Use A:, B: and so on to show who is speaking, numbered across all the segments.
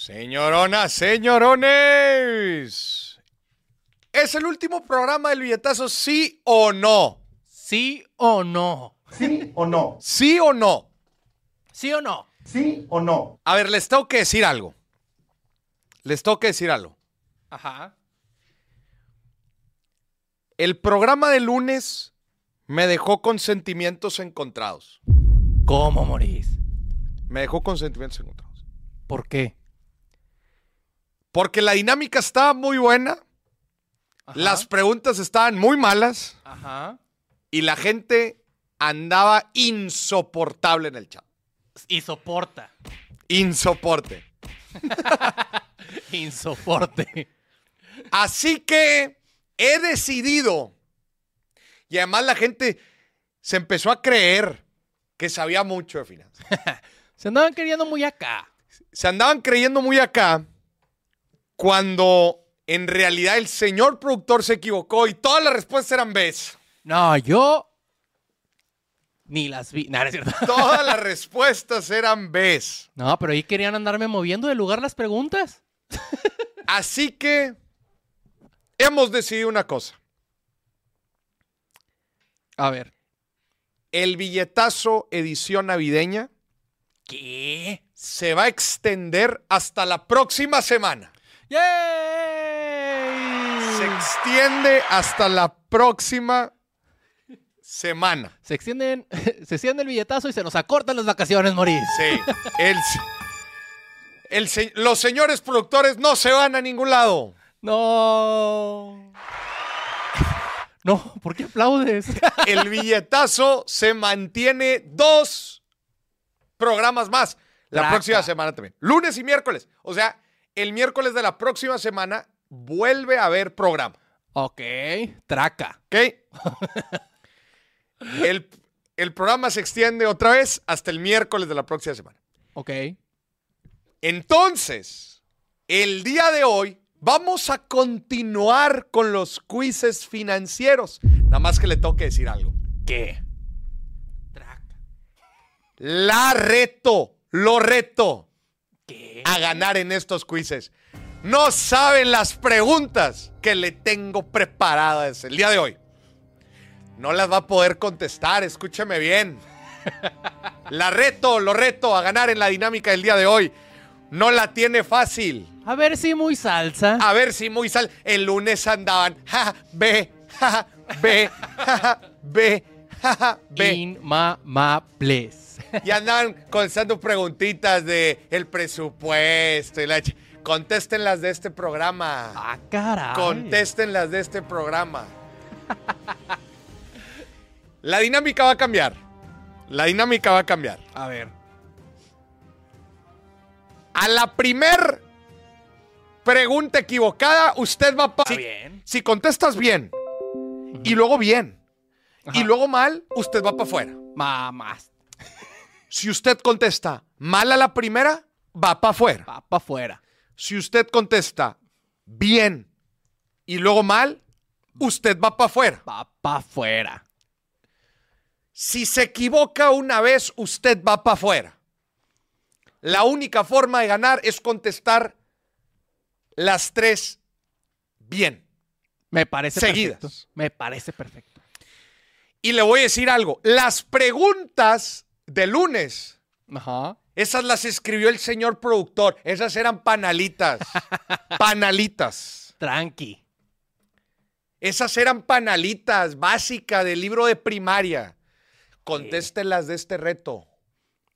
A: Señoronas, señorones. ¿Es el último programa del billetazo, sí o no?
B: ¿Sí o no?
C: ¿Sí o no?
A: ¿Sí o no?
B: ¿Sí o no?
C: ¿Sí o no?
A: A ver, les tengo que decir algo. Les tengo que decir algo.
B: Ajá.
A: El programa de lunes me dejó con sentimientos encontrados.
B: ¿Cómo morís?
A: Me dejó con sentimientos encontrados.
B: ¿Por qué?
A: Porque la dinámica estaba muy buena,
B: Ajá.
A: las preguntas estaban muy malas
B: Ajá.
A: y la gente andaba insoportable en el chat.
B: Y soporta.
A: Insoporte.
B: Insoporte.
A: Así que he decidido. Y además la gente se empezó a creer que sabía mucho de finanzas.
B: Se andaban queriendo muy acá.
A: Se andaban creyendo muy acá cuando en realidad el señor productor se equivocó y todas las respuestas eran Bs.
B: No, yo ni las vi. Nada, es cierto.
A: Todas las respuestas eran Bs.
B: No, pero ahí querían andarme moviendo de lugar las preguntas.
A: Así que hemos decidido una cosa.
B: A ver.
A: El billetazo edición navideña
B: ¿Qué?
A: se va a extender hasta la próxima semana.
B: ¡Yay!
A: Se extiende hasta la próxima semana.
B: Se extienden, se extiende el billetazo y se nos acortan las vacaciones, Moris.
A: Sí. El, se- el se- los señores productores no se van a ningún lado.
B: No. No, ¿por qué aplaudes?
A: El billetazo se mantiene dos programas más. La
B: Traca.
A: próxima semana también. Lunes y miércoles. O sea, el miércoles de la próxima semana vuelve a haber programa.
B: ok, traca.
A: ¿Ok? El, el programa se extiende otra vez hasta el miércoles de la próxima semana.
B: Ok.
A: Entonces, el día de hoy vamos a continuar con los quizzes financieros. Nada más que le toque decir algo.
B: ¿Qué? Traca.
A: La reto, lo reto
B: ¿Qué?
A: a ganar en estos quizzes. No saben las preguntas que le tengo preparadas el día de hoy. No las va a poder contestar, escúcheme bien. La reto, lo reto a ganar en la dinámica del día de hoy. No la tiene fácil.
B: A ver si muy salsa.
A: A ver si muy sal. El lunes andaban. Ja, B, ja, B, ja, B, ja, B.
B: Inmamables.
A: Y andaban contestando preguntitas de el presupuesto y la ch- Contesten las de este programa.
B: Ah, caray.
A: Contesten las de este programa. La dinámica va a cambiar. La dinámica va a cambiar.
B: A ver.
A: A la primer pregunta equivocada, usted va a... pa-
B: Está
A: si-
B: bien.
A: Si contestas bien y luego bien y
B: Ajá.
A: luego mal, usted va para afuera.
B: Mamás.
A: Si usted contesta mal a la primera, va para afuera.
B: Va pa' afuera.
A: Si usted contesta bien y luego mal, usted va para afuera.
B: Va pa' afuera.
A: Si se equivoca una vez, usted va para afuera. La única forma de ganar es contestar las tres bien.
B: Me parece
A: Seguidas.
B: perfecto. Me parece perfecto.
A: Y le voy a decir algo. Las preguntas de lunes
B: Ajá.
A: Esas las escribió el señor productor. Esas eran panalitas. panalitas.
B: Tranqui.
A: Esas eran panalitas básicas del libro de primaria. Contéstelas de este reto.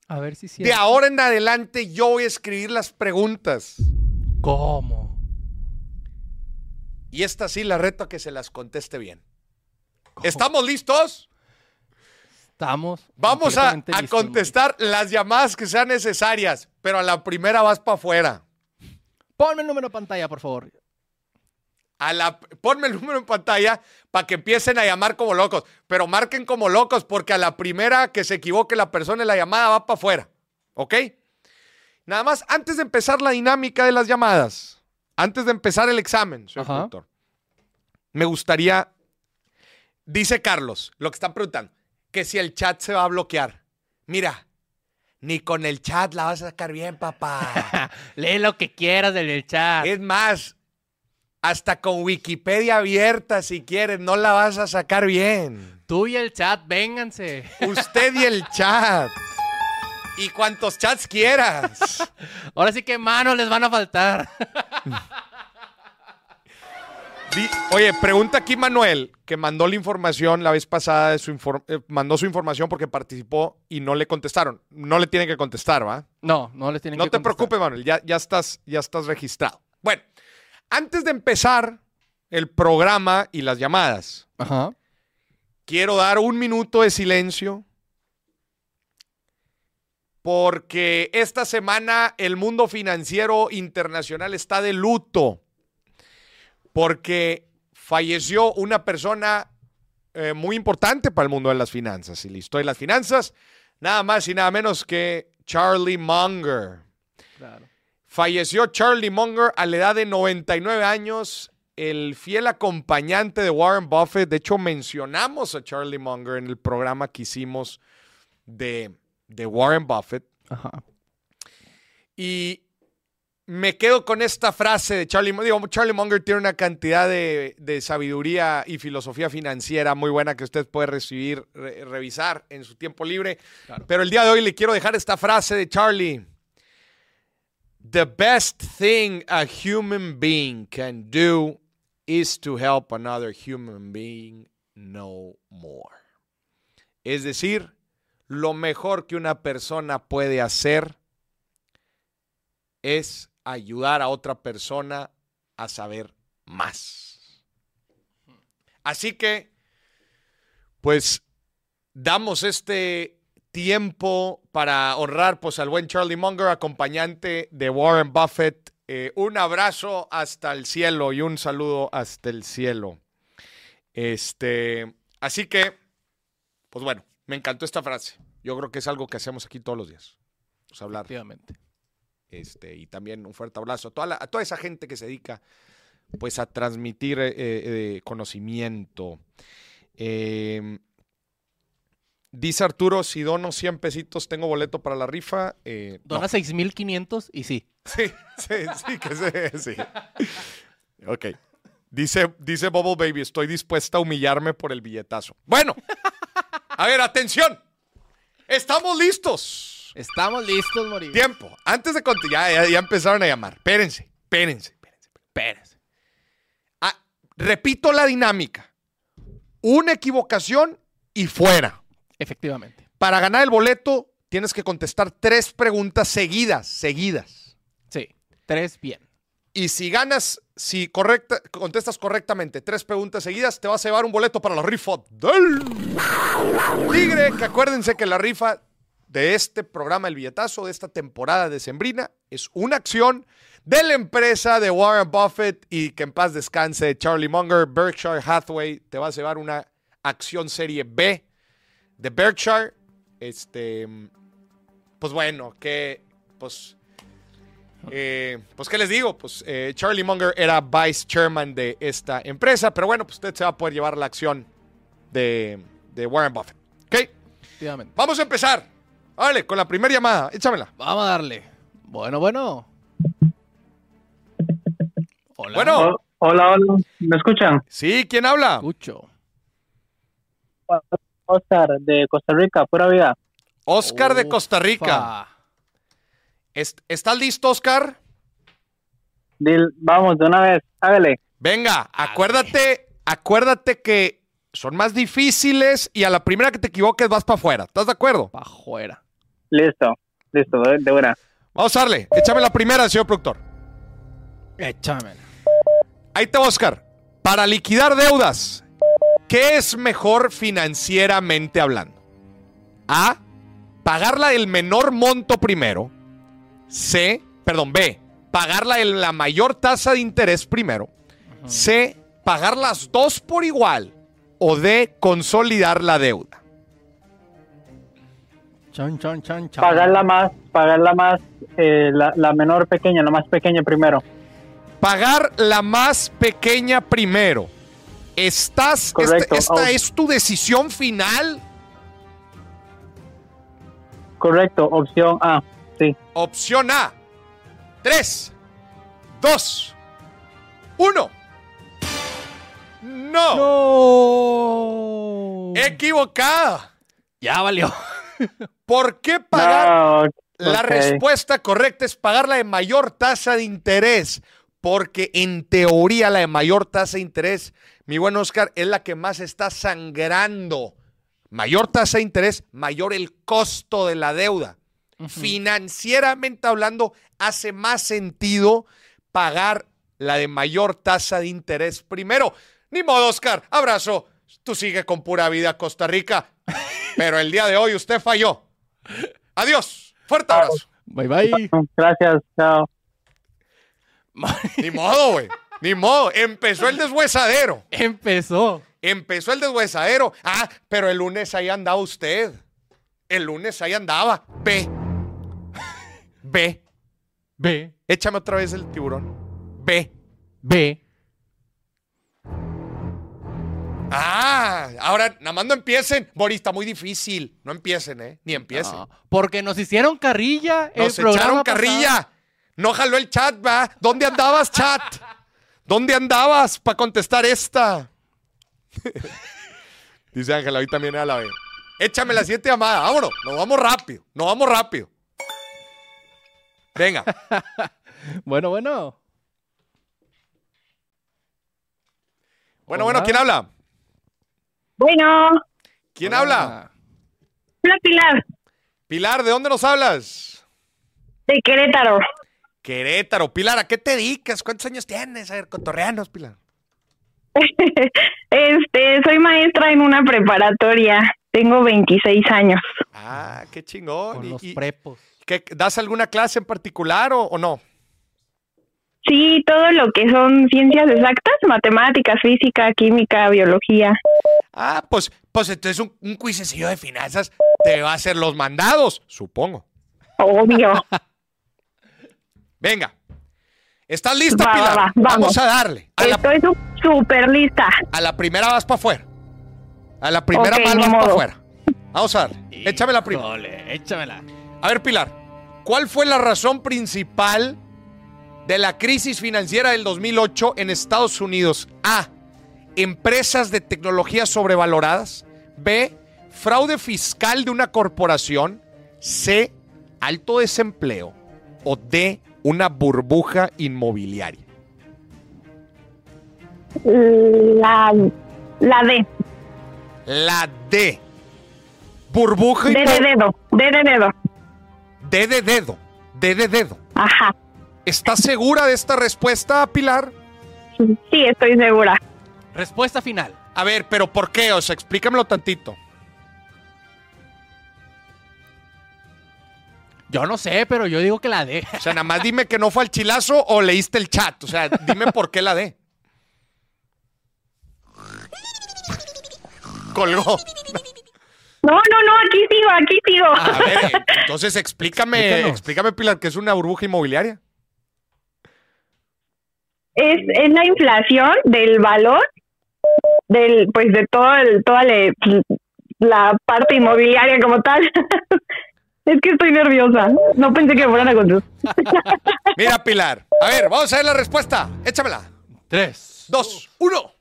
B: A ver si
A: De
B: siento.
A: ahora en adelante yo voy a escribir las preguntas.
B: ¿Cómo?
A: Y esta sí la reto a que se las conteste bien. ¿Estamos listos?
B: Estamos.
A: Vamos a,
B: completamente
A: a
B: listos, Moris.
A: contestar las llamadas que sean necesarias, pero a la primera vas para afuera.
B: Ponme el número de pantalla, por favor.
A: A la, ponme el número en pantalla para que empiecen a llamar como locos. Pero marquen como locos porque a la primera que se equivoque la persona en la llamada va para afuera. ¿Ok? Nada más, antes de empezar la dinámica de las llamadas, antes de empezar el examen, señor
B: Ajá.
A: productor, me gustaría, dice Carlos, lo que están preguntando, que si el chat se va a bloquear. Mira, Ni con el chat la vas a sacar bien, papá.
B: Lee lo que quieras en el chat.
A: es más, hasta con Wikipedia abierta, si quieres, no la vas a sacar bien.
B: Tú y el chat, vénganse.
A: Usted y el chat. Y cuantos chats quieras.
B: Ahora sí que manos les van a faltar.
A: Di- Oye, pregunta aquí Manuel, que mandó la información la vez pasada, de su infor- eh, mandó su información porque participó y no le contestaron. No le tienen que contestar, ¿va?
B: No, no les tienen
A: No
B: que
A: te
B: contestar.
A: preocupes, Manuel, ya, ya, estás, ya estás registrado. Bueno, antes de empezar el programa y las llamadas,
B: Ajá.
A: quiero dar un minuto de silencio porque esta semana el mundo financiero internacional está de luto porque falleció una persona eh, muy importante para el mundo de las finanzas y la historia de las finanzas, nada más y nada menos que Charlie Munger.
B: Claro.
A: Falleció Charlie Munger a la edad de 99 años, el fiel acompañante de Warren Buffett. De hecho, mencionamos a Charlie Munger en el programa que hicimos de, de Warren Buffett.
B: Ajá.
A: Y me quedo con esta frase de Charlie Munger. Digo, Charlie Munger tiene una cantidad de, de sabiduría y filosofía financiera muy buena que usted puede recibir, re- revisar en su tiempo libre.
B: Claro.
A: Pero el día de hoy le quiero dejar esta frase de Charlie. The best thing a human being can do is to help another human being no more. Es decir, lo mejor que una persona puede hacer es ayudar a otra persona a saber más. Así que, pues, damos este tiempo para honrar pues, al buen Charlie Munger, acompañante de Warren Buffett. Eh, un abrazo hasta el cielo y un saludo hasta el cielo. Este, así que, pues bueno, me encantó esta frase. Yo creo que es algo que hacemos aquí todos los días. Pues hablar
B: Efectivamente.
A: este, y también un fuerte abrazo a toda, la- a toda esa gente que se dedica pues a transmitir eh, eh, conocimiento. Eh, dice Arturo, si dono 100 pesitos tengo boleto para la rifa. Eh, no.
B: Dona 6.500 y sí.
A: Sí, sí, sí, que se- sí. Ok. Dice, dice Bubble Baby, estoy dispuesta a humillarme por el billetazo. Bueno, a ver, atención. Estamos listos.
B: Estamos listos, Mori.
A: Tiempo. Antes de continuar, ya, ya empezaron a llamar. Espérense, espérense, espérense.
B: Pérez.
A: Ah, repito la dinámica. Una equivocación y fuera.
B: Efectivamente.
A: Para ganar el boleto, tienes que contestar tres preguntas seguidas, seguidas.
B: Sí. Tres bien.
A: Y si ganas, si correcta, contestas correctamente tres preguntas seguidas, te vas a llevar un boleto para la rifa del Tigre. Que acuérdense que la rifa de este programa, el billetazo de esta temporada de Sembrina, es una acción de la empresa de Warren Buffett y que en paz descanse Charlie Munger, Berkshire Hathaway. Te vas a llevar una acción serie B de Berkshire. Este, pues bueno, que pues eh, pues, ¿qué les digo? Pues eh, Charlie Munger era vice chairman de esta empresa, pero bueno, pues usted se va a poder llevar la acción de, de Warren Buffett. ¿Ok?
B: Efectivamente.
A: Vamos a empezar. Vale, con la primera llamada. Échamela.
B: Vamos a darle. Bueno, bueno. Hola.
A: Bueno.
D: Ho- Hola, hola. ¿Me escuchan?
A: Sí, ¿quién habla?
B: Escucho.
D: Oscar, de Costa Rica, pura vida.
A: Oscar de Costa Rica.
B: Ufa.
A: Est- ¿Estás listo, Oscar?
D: Dil- vamos, de una vez, hágale.
A: Venga, acuérdate, acuérdate que son más difíciles y a la primera que te equivoques vas para afuera. ¿Estás de acuerdo?
B: Pa' fuera.
D: Listo, listo, de, de una.
A: Vamos a darle. Échame la primera, señor productor.
B: Échame.
A: Ahí está Oscar. Para liquidar deudas, ¿qué es mejor financieramente hablando? A. Pagarla el menor monto primero. C. Perdón, B. Pagarla en la mayor tasa de interés primero. C. Pagar las dos por igual. O D. Consolidar la deuda.
B: Chon, chon, chon, chon.
D: Pagarla más, pagarla más, eh, la, la menor pequeña, la más pequeña primero.
A: Pagar la más pequeña primero. ¿Estás, esta-
D: Correcto.
A: ¿Esta
D: Oh.
A: es tu decisión final?
D: Correcto, opción A. Sí.
A: Opción A. 3, 2, 1. No.
B: ¡No!
A: Equivocada.
B: Ya valió.
A: ¿Por qué pagar?
D: Ah, ok.
A: La respuesta correcta es pagar la de mayor tasa de interés. Porque en teoría la de mayor tasa de interés, mi buen Oscar, es la que más está sangrando. Mayor tasa de interés, mayor el costo de la deuda. Financieramente hablando, hace más sentido pagar la de mayor tasa de interés primero. Ni modo, Oscar. Abrazo. Tú sigue con pura vida, Costa Rica. Pero el día de hoy usted falló. Adiós. Fuerte abrazo.
B: Bye bye.
D: Mm, Gracias, chao.
A: Ni modo, güey. Ni modo. Empezó el deshuesadero.
B: Empezó.
A: Empezó el deshuesadero. Ah, pero el lunes ahí andaba usted. El lunes ahí andaba. Ve. Ve.
B: B,
A: Échame otra vez el tiburón. Ve.
B: B.
A: Ah, ahora nada más no empiecen. Boris, está muy difícil. No empiecen, ¿eh? Ni empiecen.
B: No, porque nos hicieron carrilla. el
A: Nos
B: programa
A: echaron carrilla. No jaló el chat, va. ¿Dónde andabas, chat? ¿Dónde andabas para contestar esta? Dice Ángela, hoy también era la B. Échame la siguiente llamada. Vámonos. Nos vamos rápido. Nos vamos rápido. Venga.
B: pasado. Bueno, bueno.
A: Bueno,
B: Hola.
A: bueno, ¿quién habla?
E: Bueno,
A: ¿Quién
B: Hola.
A: habla?
E: hola Pilar,
A: Pilar, ¿de dónde nos hablas?
E: de Querétaro.
A: Querétaro. Pilar, ¿a qué te dedicas? ¿Cuántos años tienes? A ver, cotorreanos, Pilar.
E: Este, soy maestra en una preparatoria. Tengo 26 años.
A: Ah, qué chingón.
B: Con
A: ¿Y-
B: los
A: y
B: prepos.
A: qué- ¿Das alguna clase en particular o- o no?
E: Sí, todo lo que son ciencias exactas, matemáticas, física, química, biología.
A: Ah, pues, pues entonces un, un cuisecillo de finanzas te va a hacer los mandados, supongo.
E: Obvio.
A: Venga. ¿Estás lista,
E: Va, va,
A: Pilar?
E: va,
A: vamos.
E: vamos.
A: a darle. A la,
E: Estoy su- súper lista.
A: a la primera vas para afuera. A la primera
E: Ok,
A: mal
E: ni
A: vas para
E: modo.
A: afuera. Vamos a darle. Échame la primera.
B: Híjole, échamela.
A: A ver, Pilar, ¿cuál fue la razón principal de la crisis financiera del 2008 en Estados Unidos? A. Empresas de tecnología sobrevaloradas. B. Fraude fiscal de una corporación. C. Alto desempleo. O D. Una burbuja inmobiliaria.
E: La, la D,
A: La D. Burbuja
E: D de
A: inmobiliaria.
E: dedo, D de dedo.
A: D de dedo. D de dedo.
E: Ajá.
A: ¿Estás segura de esta respuesta, Pilar?
E: Sí, estoy segura.
B: Respuesta final.
A: A ver, pero ¿por qué? O sea, explícamelo tantito.
B: Yo no sé, pero yo digo que la D.
A: O sea, nada más dime que no fue al chilazo o leíste el chat. O sea, dime por qué la D. Colgó.
E: No, no, no, aquí sigo, aquí sigo.
A: A ver, eh, entonces explícame,
B: Explícanos.
A: explícame, Pilar, que es una burbuja inmobiliaria.
E: es, es la inflación del valor del pues de todo el, toda la, la parte inmobiliaria como tal es que estoy nerviosa no pensé que me fueran a contestar
A: Mira, Pilar. A ver, vamos a ver la respuesta. Échamela.
B: Tres.
A: Dos, uno.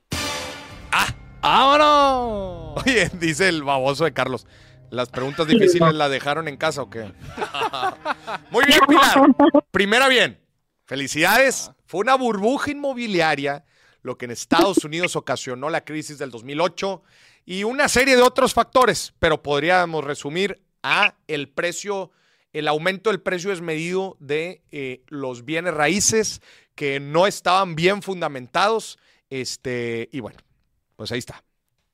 B: ¡Vámonos!
A: Oye, dice el baboso de Carlos. ¿Las preguntas difíciles las dejaron en casa o qué? Muy bien, Pilar. Primera bien. Felicidades. Fue una burbuja inmobiliaria lo que en Estados Unidos ocasionó la crisis del 2008 y una serie de otros factores, pero podríamos resumir a el precio, el aumento del precio desmedido de eh, los bienes raíces que no estaban bien fundamentados. Este, y bueno, pues ahí está.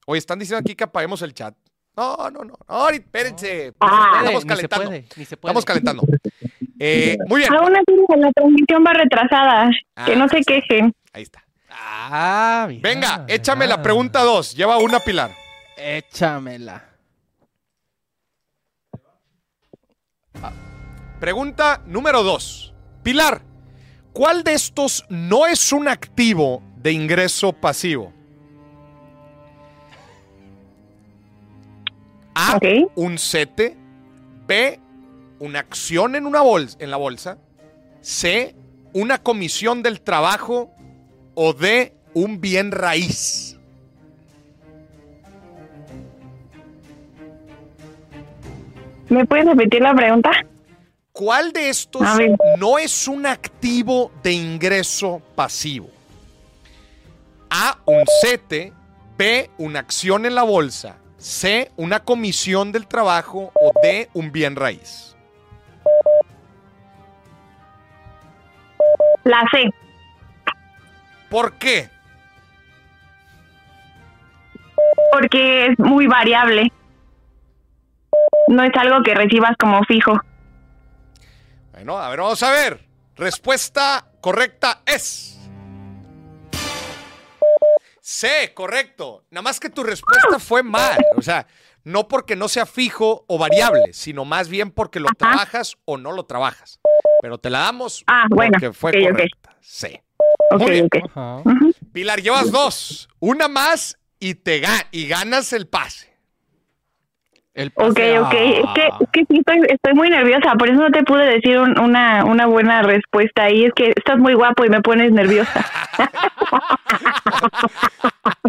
A: Hoy están diciendo aquí que apaguemos el chat. No, no, no. no, ahorita, espérense.
E: Ah.
A: estamos
B: Ni se
A: calentando.
B: puede, ni se puede.
A: Estamos calentando. Eh, muy bien.
E: aún así la transmisión va retrasada
A: Ah,
E: que no se quejen
A: Ahí está.
B: Ah, mira,
A: Venga, échame la
B: mira.
A: pregunta 2. Lleva una pilar.
B: Échamela.
A: Pregunta número 2. Pilar, ¿cuál de estos no es un activo de ingreso pasivo? A.
E: Ok.
A: Ah. Un CETE. B. una acción en, una bolsa, en la bolsa, C, una comisión del trabajo o D, un bien raíz.
E: ¿Me puedes repetir la pregunta?
A: ¿Cuál de estos
E: A ver.
A: no es un activo de ingreso pasivo? A, un CETE, B, una acción en la bolsa, C, una comisión del trabajo o D, un bien raíz.
E: La C.
A: ¿Por qué?
E: Porque es muy variable. No es algo que recibas como fijo.
A: Bueno, a ver, vamos a ver. Respuesta correcta es. C, correcto. Nada más que tu respuesta fue mal. O sea, no porque no sea fijo o variable, sino más bien porque lo
E: Ajá.
A: trabajas o no lo trabajas. Pero te la damos
E: Ah, bueno,
A: porque fue
E: ok, ok.
A: correcta. C.
E: Ok,
A: Muy bien.
E: ok.
B: Ajá.
A: Pilar, llevas dos. Una más y te ga- y ganas el pase.
B: El
E: Ok,
B: pase-
E: ok. Es que, es que sí estoy, estoy muy nerviosa, por eso no te pude decir un- una, una buena respuesta ahí. Es que estás muy guapo y me pones nerviosa.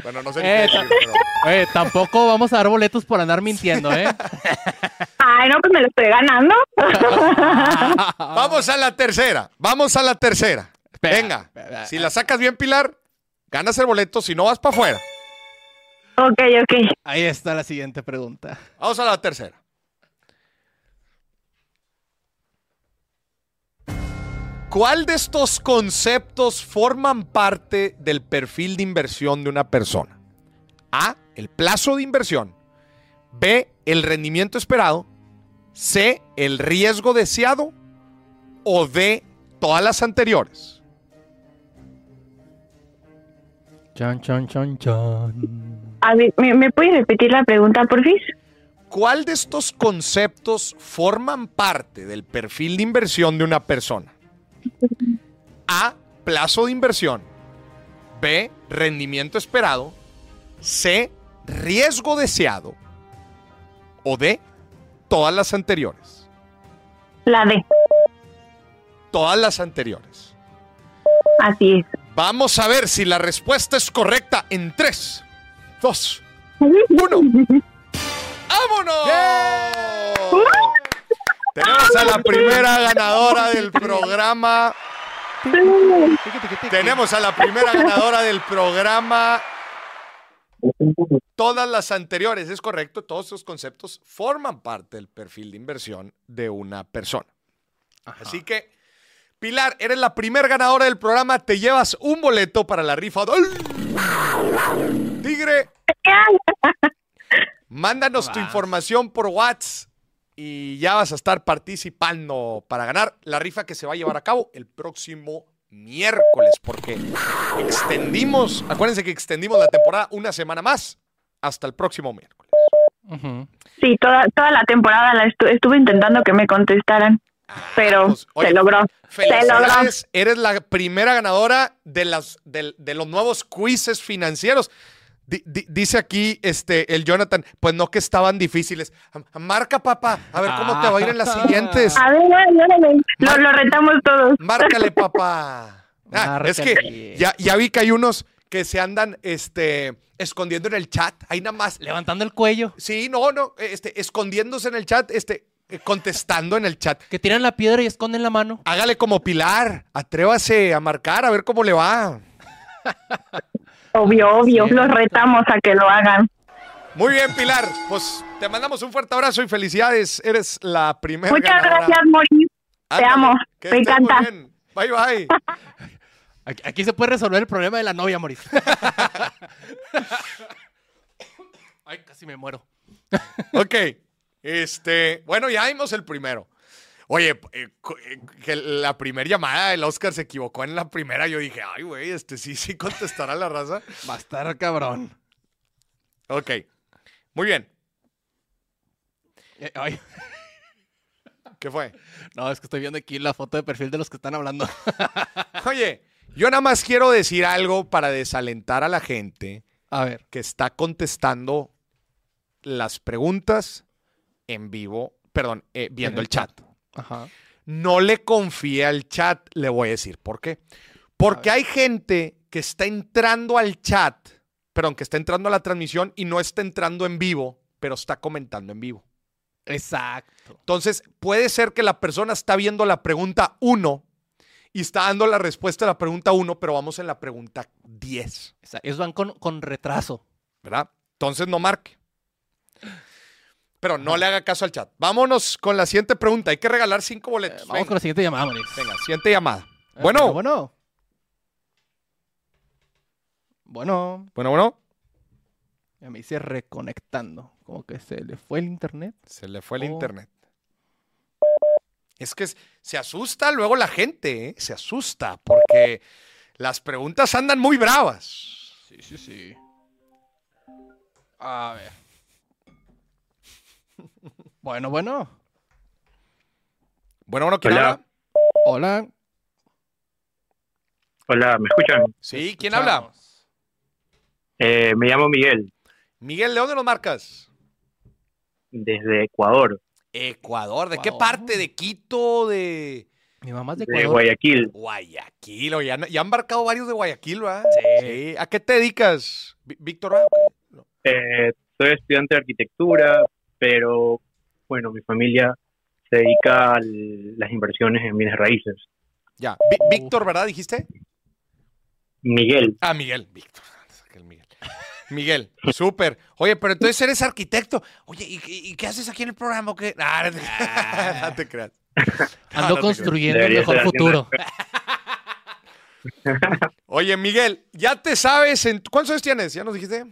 A: Bueno, no sé ni qué
B: Esa.
A: decir, pero-
B: Oye, Eh, tampoco vamos a dar boletos por andar mintiendo, ¿eh?
E: Ay, no, pues me lo estoy ganando.
A: Vamos a la tercera. Vamos a la tercera.
B: Ah. Espera,
A: Venga.
B: espera.
A: Si la sacas bien, Pilar, ganas el boleto. Si no, vas para afuera.
E: ok, ok.
B: Ahí está la siguiente pregunta.
A: Vamos a la tercera. ¿Cuál de estos conceptos forman parte del perfil de inversión de una persona? A. El plazo de inversión. B. El rendimiento esperado. C. El riesgo deseado. O D. Todas las anteriores.
B: Chon, chon, chon, chon.
E: A ver, ¿me, me puedes repetir la pregunta, por fin?
A: ¿Cuál de estos conceptos forman parte del perfil de inversión de una persona? A. Plazo de inversión. B. Rendimiento esperado. C. Riesgo deseado. O D. Todas las anteriores.
E: La D.
A: Todas las anteriores.
E: Así es.
A: Vamos a ver si la respuesta es correcta en 3, 2, Uno. ¡Vámonos! Tenemos a la primera ganadora del programa. Tenemos a la primera ganadora del programa. Todas las anteriores, es correcto, todos estos conceptos forman parte del perfil de inversión de una persona. Así que, Pilar, eres la primera ganadora del programa, te llevas un boleto para la rifa del Tigre Mándanos tu
B: Vas.
A: información por WhatsApp y ya vas a estar participando para ganar la rifa que se va a llevar a cabo el próximo miércoles, porque extendimos, acuérdense que extendimos la temporada una semana más hasta el próximo miércoles.
B: Ujú.
E: Sí, toda, toda la temporada la estu- estuve intentando que me contestaran, pero
A: pues, oye,
E: se logró. Se logró.
A: Felicidades, eres la primera ganadora de, las, del- de, los nuevos quizzes financieros. Di- di- dice aquí este, el Jonathan, pues no que estaban difíciles. Marca, papá, a ver cómo te va a ir en las siguientes.
E: A ver, órale, órale. Lo, lo retamos todos.
A: Márcale, papá. Ah, es que
B: Márcale.
A: ya, ya vi que hay unos que se andan este, escondiendo en el chat. Ahí nada más.
B: Levantando el cuello.
A: Sí, no, no. Este, escondiéndose en el chat, este, contestando en el chat.
B: Que tiran la piedra y esconden la mano.
A: Hágale como Pilar. Atrévase a marcar, a ver cómo le va. Ah,
E: Obvio, obvio.
B: Cierto.
E: Los retamos a que lo hagan.
A: Muy bien, Pilar. Pues te mandamos un fuerte abrazo y felicidades. Eres la primera.
E: Muchas
A: ganadora.
E: gracias, Mori.
A: Ándale,
E: amo,
A: que
E: me
A: estés muy
E: encanta.
A: bien. Bye, bye.
B: Aquí, aquí se puede resolver el problema de la novia, Moris. Ay, casi me muero.
A: Ok. Este, bueno, ya vimos el primero. Oye, eh, co- eh, que la primera llamada del Oscar se equivocó en la primera. Yo dije, ay, güey, este sí, sí contestará la raza.
B: Va a estar cabrón.
A: Ok. Muy bien.
B: Eh, Ay,
A: ¿Qué fue?
B: no, es que estoy viendo aquí la foto de perfil de los que están hablando.
A: Oye, yo nada más quiero decir algo para desalentar a la gente
B: A ver.
A: que está contestando las preguntas en vivo, perdón, eh, viendo el
B: En el
A: chat.
B: Ajá.
A: No le confíe al chat, le voy a decir por qué. Porque hay gente que está entrando al chat, perdón, que está entrando a la transmisión y no está entrando en vivo, pero está comentando en vivo.
B: Exacto.
A: Entonces, puede ser que la persona está viendo la pregunta 1 y está dando la respuesta a la pregunta 1, pero vamos en la pregunta 10,
B: Esa- Ellos van con, con retraso.
A: ¿verdad? Entonces, no marque. Pero no le haga caso al chat. Vámonos con la siguiente pregunta. Hay que regalar cinco
B: Eh,
A: boletos.
B: vamos con
A: Venga,
B: la siguiente llamada, Moris.
A: venga, siguiente llamada.
B: Eh,
A: Bueno, bueno,
B: Bueno. Bueno,
A: bueno.
B: ya me hice reconectando. Como que se le fue el internet.
A: Se le fue el
B: Oh.
A: internet. Es que s- se asusta luego la gente, ¿eh? se asusta porque las preguntas andan muy bravas.
B: Sí, sí, sí. A ver. Bueno, bueno.
A: Bueno, bueno, ¿quién
F: Hola.
A: habla?
B: Hola.
F: Hola, ¿me escuchan?
A: Sí, ¿quién habla?
B: Escuchamos.
F: Eh, me llamo Miguel,
A: Miguel, ¿de dónde nos marcas?
F: desde Ecuador,
A: Ecuador. ¿De qué
B: Ecuador.
A: parte? ¿De Quito? ¿De
B: Mi mamá es de
F: de,
B: Ecuador.
F: Guayaquil,
A: Guayaquil? Oye, ya, ya han marcado varios de Guayaquil, ¿verdad? Sí. ¿A qué te dedicas, Vi- Víctor? ¿verdad?
F: Eh, soy estudiante de arquitectura, pero bueno, mi familia se dedica a las inversiones en bienes raíces.
A: Ya. Vi- Víctor, ¿verdad? ¿Dijiste?
F: Miguel,
A: Ah, Miguel. Víctor. Aquel Miguel. Miguel, súper. Oye, pero entonces eres arquitecto. Oye, ¿y, y- y qué haces aquí en el programa? o qué? Ah, no, te... no te creas. No, no
B: Ando
A: te
B: construyendo el
F: Ah, Debería
B: mejor
F: ser alguien
B: futuro.
A: Oye, Miguel, ya te sabes. En... ¿Cuántos años tienes? ¿Ya nos dijiste?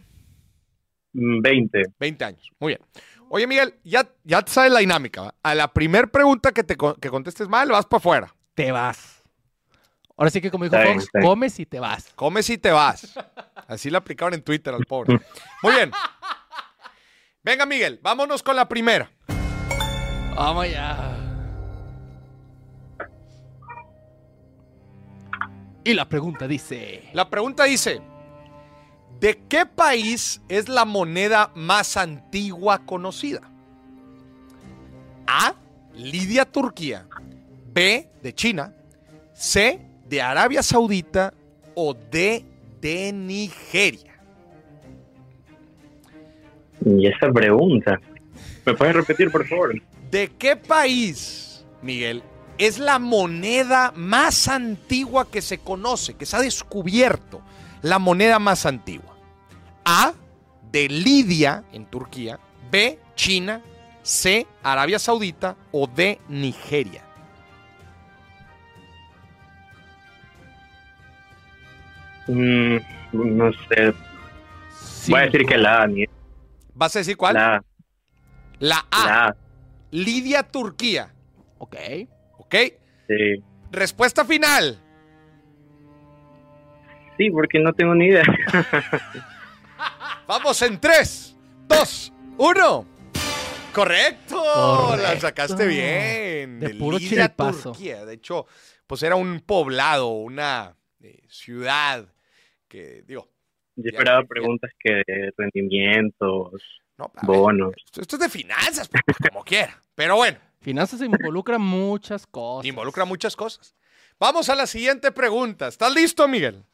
F: mm, 20.
A: 20 años. Muy bien. Oye, Miguel, ya, ya te sabes la dinámica. ¿va? A la primer pregunta que te con- que contestes mal, vas para afuera.
B: Te vas. Ahora sí que como dijo
F: Está bien,
B: Fox,
F: está bien.
B: comes y te vas.
A: Comes y te vas. Así la aplicaron en Twitter al pobre. Muy bien. Venga, Miguel, vámonos con la primera.
B: Vamos allá. Y la pregunta dice...
A: La pregunta dice: ¿De qué país es la moneda más antigua conocida? A. Lidia, Turquía. B. De China. C. De Arabia Saudita. O D. De Nigeria.
F: Y esa pregunta, ¿me puedes repetir, por favor?
A: ¿De qué país, Miguel, es la moneda más antigua que se conoce, que se ha descubierto? La moneda más antigua. A, de Lidia, en Turquía. B, China. C, Arabia Saudita. O D, Nigeria.
F: Mm, no sé, voy a decir que la A, Miguel,
A: ¿Vas a decir cuál? Ah. La,
F: la, A,
A: A,
F: la A,
A: Lidia, Turquía.
B: Ok.
A: ¿Ok?
F: sí.
A: Respuesta final.
F: Sí, porque no tengo ni idea.
A: Vamos en 3, 2, 1. Correcto, la
B: Correcto.
A: sacaste bien.
B: De puro
A: Lidia,
B: chiripazo.
A: Turquía. De hecho, pues era un poblado, una eh, ciudad que, digo,
F: Yo esperaba preguntas que de rendimientos,
A: no, a ver,
F: bonos.
A: esto, esto es de finanzas, papá, como quiera. Pero bueno,
B: Finanzas involucra muchas cosas.
A: involucra muchas cosas. Vamos a la siguiente pregunta. ¿Estás listo, Miguel?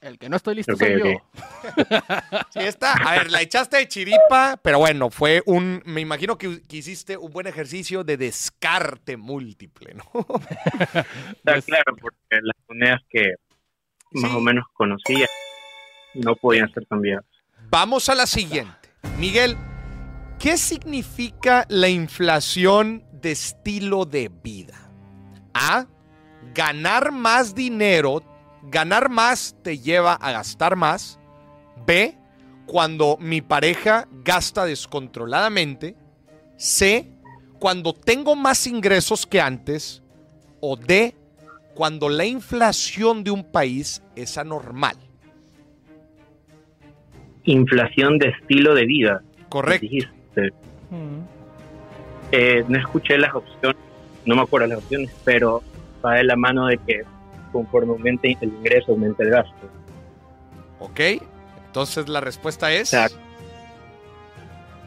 B: El que no estoy listo
F: Ok,
B: soy yo.
F: ok.
A: Sí, esta, a ver, la echaste de chiripa, pero bueno, fue un, me imagino que, que hiciste un buen ejercicio de descarte múltiple, ¿no?
F: Está
B: Pues,
F: claro, porque las monedas que más
A: Sí.
F: o menos conocía no podían ser cambiadas.
A: Vamos a la siguiente. Miguel, ¿qué significa la inflación de estilo de vida? A. Ganar más dinero, ganar más te lleva a gastar más. B. Cuando mi pareja gasta descontroladamente. C. Cuando tengo más ingresos que antes. O D. Cuando la inflación de un país es anormal.
F: Inflación de estilo de vida.
A: Correcto.
F: dijiste.
B: mm,
F: Eh, no escuché las opciones, no me acuerdo las opciones, pero va de la mano de que conforme aumente el ingreso, aumente el gasto.
A: ¿Ok? Entonces la respuesta es
F: Exacto.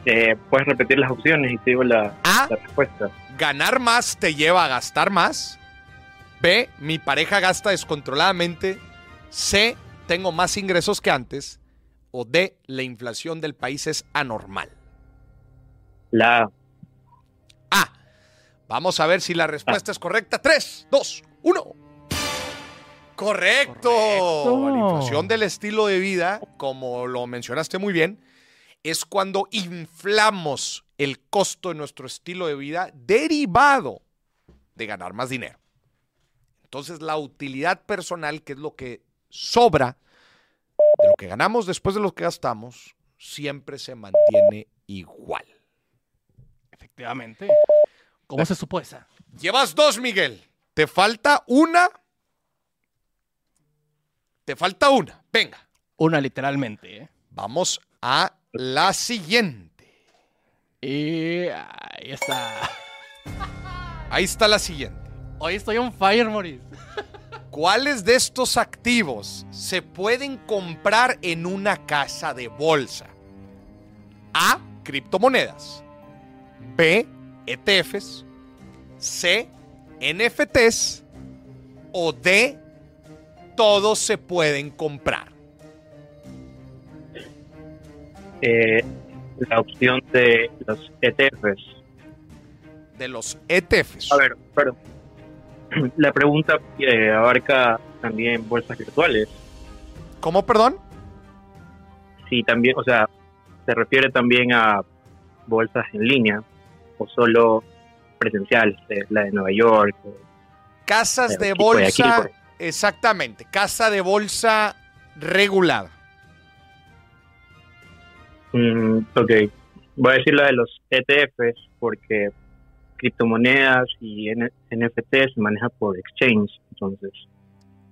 F: Eh, Puedes repetir las opciones y te digo la,
A: A,
F: la respuesta.
A: ganar más te lleva a gastar más. B, mi pareja gasta descontroladamente. C, tengo más ingresos que antes. O D, la inflación del país es anormal.
F: La
A: A. Vamos a ver si la respuesta es correcta. 3, 2, 1. Correcto.
B: Correcto.
A: La inflación del estilo de vida, como lo mencionaste muy bien, es cuando inflamos el costo de nuestro estilo de vida derivado de ganar más dinero. Entonces, la utilidad personal, que es lo que sobra de lo que ganamos después de lo que gastamos, siempre se mantiene igual.
B: Efectivamente. ¿Cómo se supo esa?
A: Llevas dos, Miguel. Te falta una. Te falta una. Venga,
B: Una literalmente, ¿eh?
A: vamos a la siguiente.
B: Y ahí está.
A: Ahí está la siguiente.
B: Hoy estoy on fire, Moris.
A: ¿Cuáles de estos activos se pueden comprar en una casa de bolsa? A. Criptomonedas. B. ETFs. C. NFTs. O D. Todos se pueden comprar.
F: eh, la opción de los E ETFs.
A: De los E ETFs.
F: A ver, perdón. La pregunta eh, abarca también bolsas virtuales.
A: ¿Cómo, perdón?
F: Sí, también, o sea, se refiere también a bolsas en línea o solo presencial, eh, la de Nueva York. o-
A: Casas
F: Pero
A: de
F: aquí, pues, aquí,
A: bolsa,
F: pues.
A: exactamente, casa de bolsa regulada.
F: Mm, ok, voy a decir la de los ETFs porque criptomonedas y N- NFT se maneja por exchange, entonces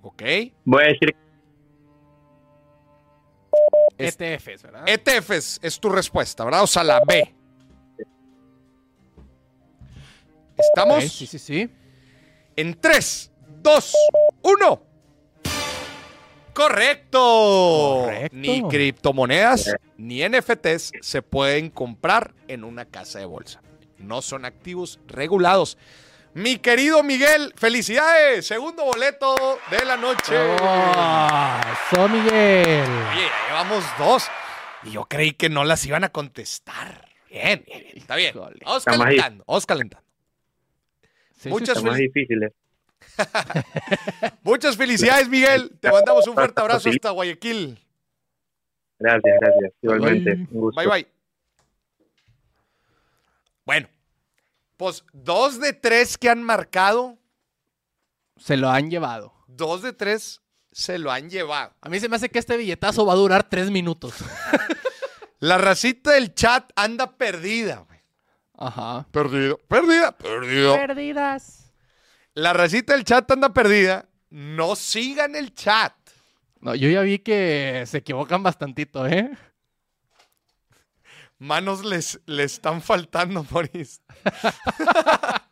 A: ¿Ok?
F: voy a decir
A: Es-
B: ETFs, E ¿verdad?
A: ETFs E es tu respuesta, ¿verdad? O sea, la B. Estamos
B: Ok, Sí, sí, sí.
A: en 3, 2, 1. Correcto.
B: Correcto.
A: Ni criptomonedas ni NFTs se pueden comprar en una casa de bolsa. No son activos regulados. Mi querido Miguel, felicidades. Segundo boleto de la noche.
B: ¡Oh! ¡So Miguel!
A: Oye, ya llevamos dos. Y yo creí que no las iban a contestar. Bien, bien, bien. Está bien.
B: Híjole.
A: Vamos
F: Estamos ahí.
A: calentando, vamos calentando.
B: Sí,
A: Muchas
F: las más
A: felicidades.
F: difíciles.
A: Muchas felicidades, Miguel. Te mandamos un fuerte abrazo
F: Sí.
A: hasta Guayaquil.
F: Gracias, gracias. Igualmente,
B: Bye.
F: un gusto.
A: Bye, bye. Bueno, pues dos de tres que han marcado,
B: Se lo han llevado.
A: dos de tres se lo han llevado.
B: A mí se me hace que este billetazo va a durar tres minutos.
A: La racita del chat anda perdida, güey.
B: Ajá.
A: Perdido. Perdida. Perdido. Perdidas. La racita del chat anda perdida. No sigan el chat.
B: No, yo ya vi que se equivocan bastantito, ¿eh?
A: Manos les, le están faltando, Moris.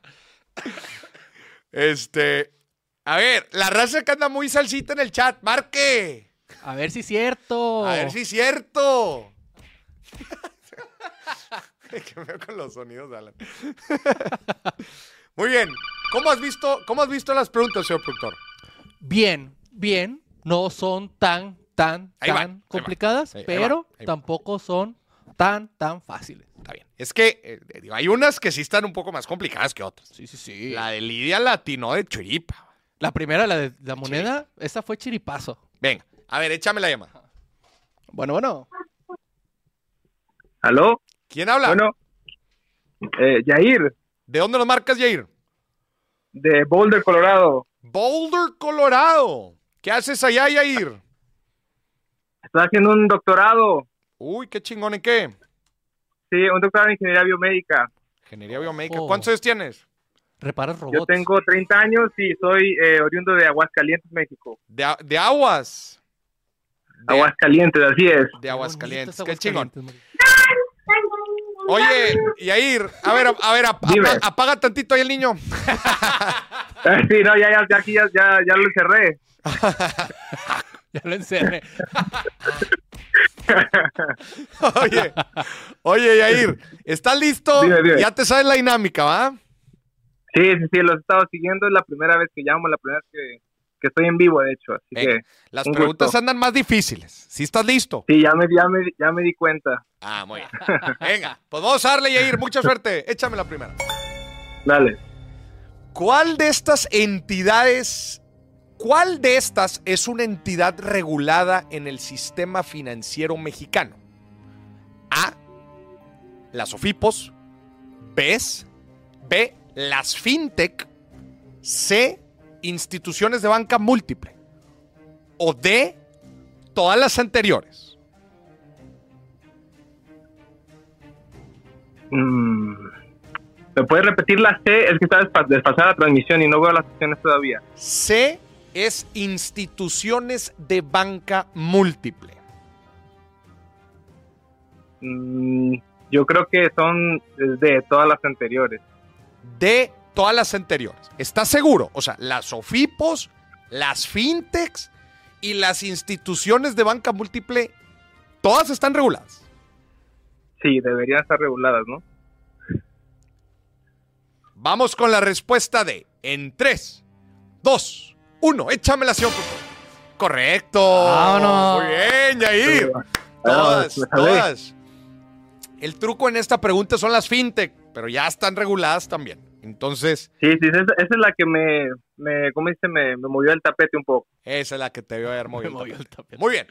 A: este. A ver, la raza que anda muy salsita en el chat, marque.
B: A ver si es cierto.
A: A ver si es cierto. que veo con los sonidos de Alan. muy bien. ¿Cómo has visto, cómo has visto las preguntas, señor productor?
B: Bien, bien. No son tan, tan,
A: Ahí va, ahí
B: tan
A: va.
B: complicadas,
A: Sí, ahí va,
B: pero
A: ahí va.
B: tampoco son tan, tan fáciles.
A: Está bien. Es que eh, digo, hay unas que sí están un poco más complicadas que otras.
B: Sí, sí, sí.
A: La
B: La,
A: de Lidia Latino de Chiripa.
B: primera, la de la moneda, esa fue chiripazo.
A: Venga, a ver, échame la llamada.
B: Bueno, bueno.
F: ¿Aló?
A: ¿Quién habla?
F: Bueno, eh, Yair,
A: ¿De dónde nos marcas, Jair?
F: de Boulder, Colorado.
A: Boulder, Colorado. ¿Qué haces allá, Jair?
F: Estoy haciendo un doctorado,
A: Uy, qué chingón, ¿en qué?
F: sí, un doctorado en ingeniería biomédica.
A: Ingeniería biomédica.
B: Ojo.
A: ¿Cuántos años tienes?
B: Reparas robots.
F: Yo tengo 30 años y soy eh, oriundo de Aguascalientes, México.
A: De, a- de aguas. De,
F: Aguascalientes, así es.
A: de Aguascalientes.
B: Qué
A: Qué
B: bonitas
A: chingón.
B: Aguascalientes, Mauricio.
A: Oye, Jair, a ver, a ver, ap-
F: Dime.
A: apa- apaga tantito ahí el niño.
F: Sí, no, ya, ya, ya, aquí ya, ya, ya lo cerré.
B: Ya lo encerré.
A: Oye, oye, Jair, ¿estás listo?
F: Dime, dime.
A: Ya te sabes la dinámica, ¿va?
F: Sí, sí, sí, los he estado siguiendo. Es la primera vez que llamo, la primera vez que, que estoy en vivo, de hecho. Así
A: Venga.
F: que
A: Las
F: Un
A: preguntas
F: gusto.
A: andan más difíciles. ¿Sí estás listo?
F: sí, ya me, ya me, ya me di cuenta.
A: Ah, muy bien. Venga, pues vamos a darle, Yair. Mucha suerte. Échame la primera.
F: Dale.
A: ¿Cuál de estas entidades, cuál de estas es una entidad regulada en el sistema financiero mexicano? A. Las OFIPOS. B. B. Las FinTech. C. Instituciones de banca múltiple. O D. Todas las anteriores.
F: Mm. ¿Me puedes repetir la C? Es que está despa- desfasada la transmisión y no veo las opciones todavía.
A: C es instituciones de banca múltiple.
F: Mm, Yo creo que son eh, de todas las anteriores.
A: de todas las anteriores. ¿Estás seguro? O sea, las OFIPOS, las fintechs y las instituciones de banca múltiple, todas están reguladas.
F: Sí, deberían estar reguladas, ¿no?
A: Vamos con la respuesta de en 3, 2, 1. Échame la acción, por favor. Correcto.
B: Vámonos.
A: Muy bien, Yair. Todas,
F: me salvé.
A: todas. El truco en esta pregunta son las fintech, pero ya están reguladas también. Entonces,
F: Sí, sí, esa, esa es la que me, me ¿cómo dice? Me, me movió el tapete un poco.
A: esa es la que te veo haber movido.
B: Me
A: el
B: movió
A: tapete.
B: el tapete.
A: Muy bien.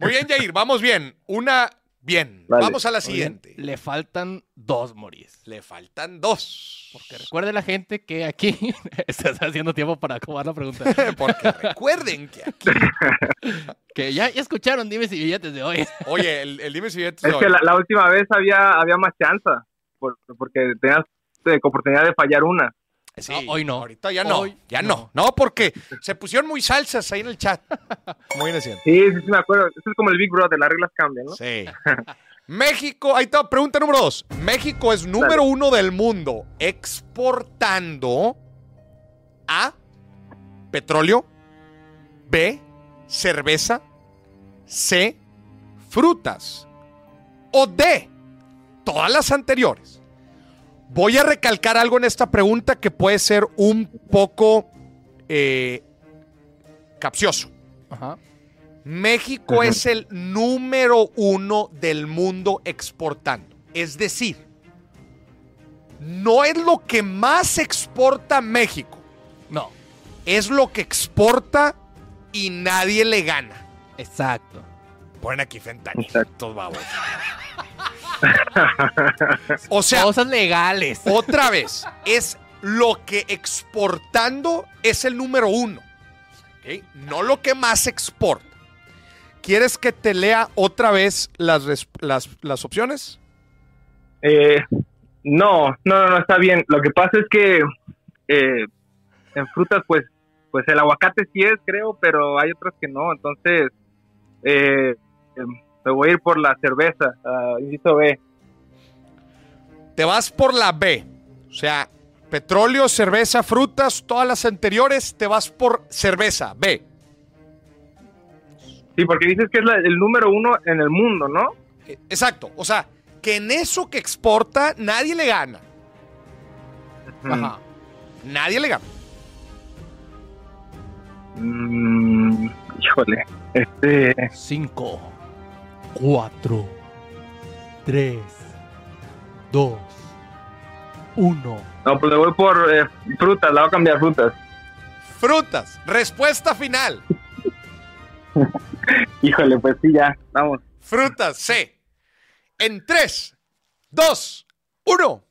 A: Muy bien, Jair. Vamos bien. Una, bien.
F: Vale.
A: Vamos a la
B: Muy bien,
A: siguiente.
B: Le faltan dos moris.
A: Le faltan dos.
B: Porque recuerde la gente que aquí estás haciendo tiempo para acabar la pregunta.
A: Porque recuerden que aquí.
B: que ya, ya escucharon, dime si billetes de hoy.
A: Oye, el, el dime si billetes de
F: Es que
A: hoy.
F: la, la última vez había, había más chance, por- porque tenías eh, oportunidad de fallar una.
A: Sí,
B: No, Ah, hoy no.
A: Ahorita ya no.
B: Hoy
A: ya no. no. porque se pusieron muy salsas ahí en el chat. Muy inocente.
F: Sí, sí, sí, me acuerdo. Eso es como el Big Brother, las reglas cambian, ¿no?
A: Sí. México, ahí está, pregunta número dos. México es número uno del mundo exportando A, petróleo, B, cerveza, C, frutas o D, todas las anteriores. Voy a recalcar algo en esta pregunta que puede ser un poco eh, capcioso.
B: Ajá.
A: México es el número uno del mundo exportando. Es decir, no es lo que más exporta México,
B: No.
A: es lo que exporta y nadie le gana.
B: Exacto.
A: Ponen aquí fentaños,
F: Exacto.
A: estos babos. o sea,
B: Cosas legales.
A: otra vez, es lo que exportando es el número uno. ¿ok? No lo que más exporta. ¿Quieres que te lea otra vez las, res- las, las opciones?
F: Eh, no, no, no, no, está bien. Lo que pasa es que eh, en frutas, pues, pues el aguacate sí es, creo, pero hay otras que no. Entonces, eh, em, me voy a ir por la cerveza, ah, inciso B.
A: Te vas por la B. O sea, petróleo, cerveza, frutas, todas las anteriores, te vas por cerveza, B.
F: Sí, porque dices que es la- el número uno en el mundo, ¿no?
A: Eh, Exacto. O sea, que en eso que exporta nadie le gana.
B: Ajá.
A: Nadie le gana.
F: Mm, híjole, este,
A: eh.
B: Cinco. Cuatro. Tres. Dos. Uno.
F: no, pues me voy por eh, frutas, la voy a cambiar frutas.
A: Frutas. Respuesta final.
F: Híjole, pues sí, ya, vamos.
A: Fruta C. En 3, 2, 1.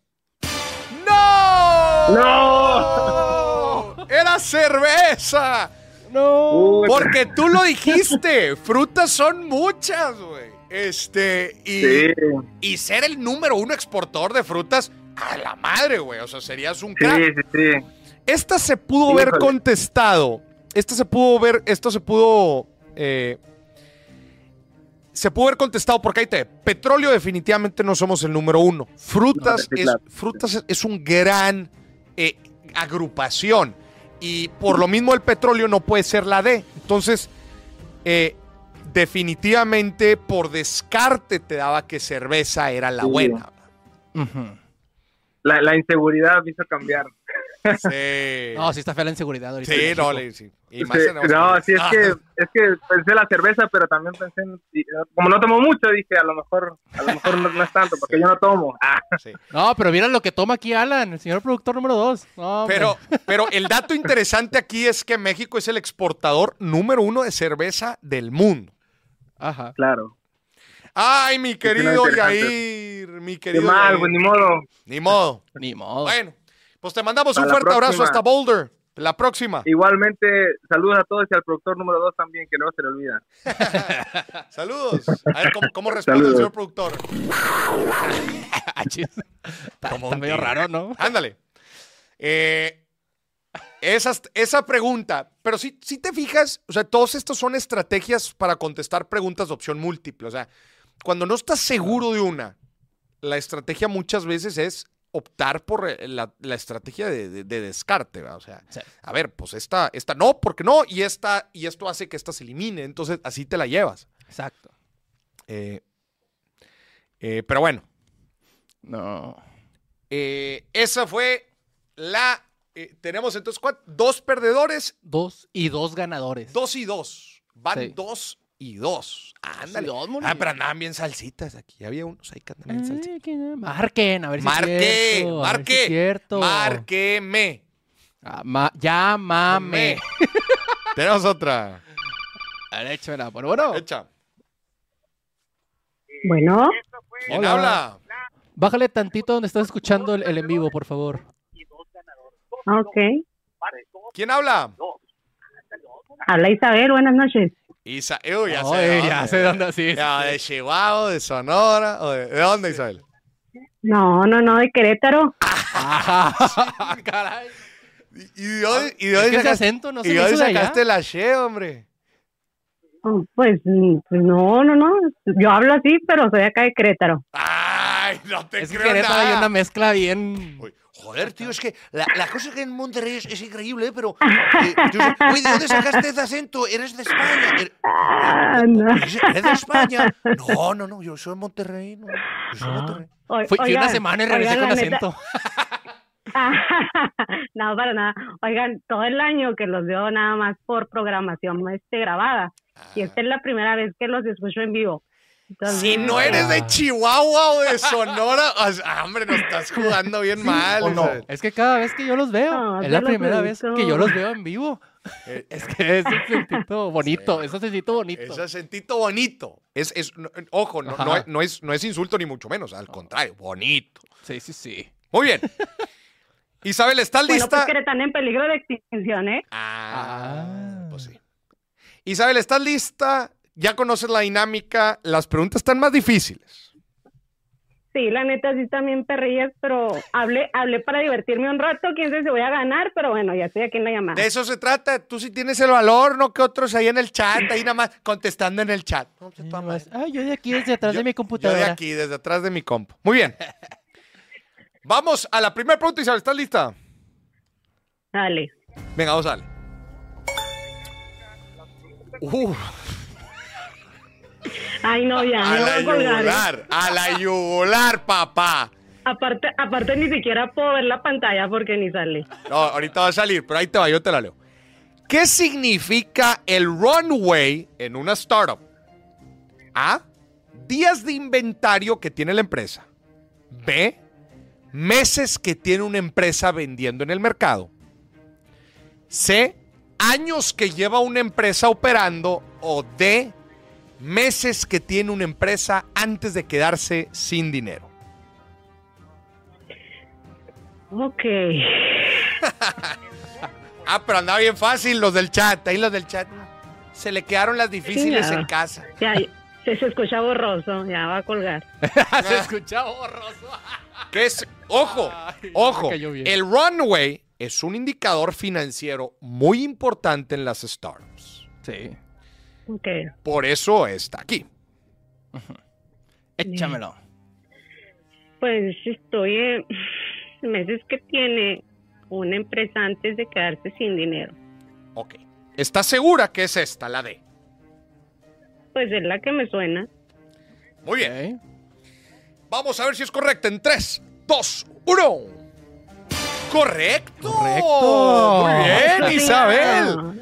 A: ¡No! ¡No! Era cerveza.
B: No.
F: Uy,
A: Porque tú lo dijiste. Frutas son muchas, güey. Este, y,
F: sí,
A: y ser el número uno exportador de frutas, a la madre, güey. O sea, serías un
F: sí,
A: crack.
F: sí, sí.
A: Esta se pudo
F: Híjole.
A: haber contestado. Esta se pudo ver. Esto se pudo. eh, se pudo haber contestado porque ahí te. Petróleo, definitivamente no somos el número uno. Frutas,
F: No, sí,
A: es,
F: claro.
A: frutas es- es un gran eh, agrupación. Y por lo mismo el petróleo no puede ser la D. Entonces, eh, definitivamente por descarte te daba que cerveza era la
F: Sí.
A: buena.
B: Ujú.
F: La, la inseguridad me hizo cambiar.
A: Sí.
B: No, sí está fea la inseguridad ahorita.
A: Eh. sí,
B: en
A: no,
B: México.
A: le- sí. Y
F: Sí,
A: más en
F: no,
A: Aguascalientes.
F: sí, es
A: Ah,
F: que, es que pensé la cerveza, pero también pensé en, y, eh, como no tomo mucho, dije, a lo mejor, a lo mejor no, no es tanto, porque yo no tomo. Ah,
A: sí.
B: No, pero mira lo que toma aquí Alan, el señor productor número dos. No, hombre.
A: Pero, pero el dato interesante aquí es que México es el exportador número uno de cerveza del mundo.
B: Ajá.
F: claro.
A: Ay, mi querido
F: interesante.
A: Yair, mi
F: Qué
A: querido.
F: mal,
A: Yair.
F: pues ni modo.
A: Ni modo.
B: Ni modo.
A: Bueno, pues te mandamos
F: Para
A: un
F: la
A: fuerte abrazo
F: próxima.
A: hasta Boulder. La próxima.
F: Igualmente, saludos a todos y al productor número dos también, que no se le olvida.
A: Saludos. A ver cómo, cómo responde el
F: Saludos.
A: señor productor.
B: Ah, chis. está
A: Como
B: está
A: un
B: medio
A: tigre.
B: raro, ¿no?
A: Ándale. Eh, esas- esa pregunta, pero si, si te fijas, o sea, todos estos son estrategias para contestar preguntas de opción múltiple. O sea, cuando no estás seguro de una, la estrategia muchas veces es optar por eh, la, la estrategia de, de- de descarte, ¿verdad? O sea,
B: Sí.
A: a ver, pues esta, esta no, porque no, y esta, y esto hace que esta se elimine, entonces así te la llevas.
B: Exacto.
A: Eh, eh, pero bueno,
B: No.
A: eh, esa fue la. eh, tenemos entonces ¿cuán- dos perdedores,
B: Dos y dos ganadores.
A: dos y dos. Van
B: Sí.
A: dos y dos. Ándale.
B: Dos, mon-
A: ah, pero andaban bien salsitas aquí. Había unos ahí que andaban bien salsitas.
B: Ay, que no. Marquen, a ver si
A: Marque,
B: es cierto. a ver si es
A: marque,
B: cierto.
A: Márqueme.
B: Ah, ma- llámame.
A: Tenemos otra.
B: A ver, échamela, Bueno, bueno.
A: Echa.
G: Bueno,
A: ¿Quién
B: Hola.
A: habla?
B: Bájale tantito donde estás escuchando el, el en vivo, por favor.
G: ok.
A: ¿Quién habla?
G: Habla Isabel, buenas noches.
A: Isa. Uy, ya
B: Ay,
A: sé. de
B: ya
A: dónde.
B: sé dónde sí.
A: Ya, de Chihuahua, de Sonora. o de, ¿de dónde, Isabel?
G: No, no, no, de Querétaro.
B: Ah, caray.
A: ¿Y, y de dónde, y de
B: Es
A: dónde
B: que ese
A: sacaste,
B: acento no se
A: y de
B: me
A: dónde
B: hizo de allá.
A: sacaste la She, hombre?
G: Oh, Pues, mm, pues no, no, no. Yo hablo así, pero soy acá de Querétaro.
A: Ay, no te
B: Es que en
A: creo
B: Querétaro
A: nada.
B: hay una mezcla bien.
A: Oye, Joder, tío, es que la, la cosa que en Monterrey es, es increíble, ¿eh? pero... eh, tío, oye, ¿de dónde sacaste ese acento? ¿Eres de España? ¿Eres,
G: Ah, no.
A: eres- eres de España? No, no, no, yo soy de Monterrey. No, yo soy de
B: Ah.
A: Monterrey.
G: O-
B: Fui, fui una
G: oigan,
B: semana y regresé
G: oigan,
B: con
G: la neta-
B: acento.
G: no, para nada. Oigan, todo el año que los veo nada más por programación este, grabada. Y esta es la primera vez que los escucho en vivo. Entonces,
A: Si no eres de
B: Ah.
A: Chihuahua o de Sonora, o sea, ah, hombre, nos estás jugando bien mal.
C: o no.
A: Isabel.
B: Es que cada vez que yo los veo,
G: No,
B: es
G: yo
B: la
G: los
B: primera vez
G: ubico.
B: que yo los veo en vivo.
A: Eh,
B: Es que es un sentito bonito, es un sentito bonito.
A: Ese acentito bonito. Es, es- no- ojo, no, no
B: Ajá.
A: es- no es, no es insulto ni mucho menos, al contrario, bonito.
B: Sí, sí, sí.
A: Muy bien. Isabel, ¿estás
G: bueno,
A: lista?
G: pues que están en peligro de extinción, ¿eh?
A: Ah,
B: Ah.
A: pues sí. Isabel, ¿estás lista? Ya conoces la dinámica. Las preguntas están más difíciles.
G: Sí, la neta, sí también perrillas, pero hablé, hablé para divertirme un rato, quién sabe si voy a ganar, pero bueno, ya estoy aquí en la llamada.
A: De eso se trata. Tú sí tienes el valor, no que otros ahí en el chat, ahí nada más contestando en el chat. No, pues,
B: Mira
A: toda
B: nomás.
A: madre.
B: Ah, yo de aquí desde atrás
A: Yo-
B: de mi
A: Yo de
B: computadora.
A: aquí, desde atrás de mi compu. Muy bien. Vamos a la primera pregunta, Isabel. ¿Estás lista?
G: Dale.
A: Venga, vamos a darle. Uh,
G: Ay, no, ya,
A: a
G: me voy
A: la
G: a colgar. ¿eh?
A: yugular, a la yugular, papá.
G: Aparte, aparte ni siquiera puedo ver la pantalla porque ni sale.
A: No, ahorita va a salir, pero ahí te va, yo te la leo. ¿Qué significa el runway en una startup? A. Días de inventario que tiene la empresa. B. Meses que tiene una empresa vendiendo en el mercado. C. Años que lleva una empresa operando. O D. Meses que tiene una empresa antes de quedarse sin dinero.
G: Ok.
A: Ah, pero andaba bien fácil los del chat, ahí los del chat. Se le quedaron las difíciles
G: Chingado.
A: en casa.
G: Ya, se, se escucha borroso, ya va a colgar.
B: Se escucha borroso.
A: Que es, ojo,
B: Ay,
A: ojo,
B: me cayó bien.
A: el runway es un indicador financiero muy importante en las startups.
B: Sí.
G: Ok.
A: Por eso está aquí.
B: Échamelo.
G: Pues estoy eh, meses que tiene una empresa antes de quedarse sin dinero.
A: Ok. ¿Estás segura que es esta, la D?
G: Pues es la que me suena.
A: Muy bien.
B: Ok.
A: Vamos a ver si es correcta en 3, 2, 1. correcto.
B: Correcto.
A: Muy bien,
E: Sí.
A: Eh, Isabel.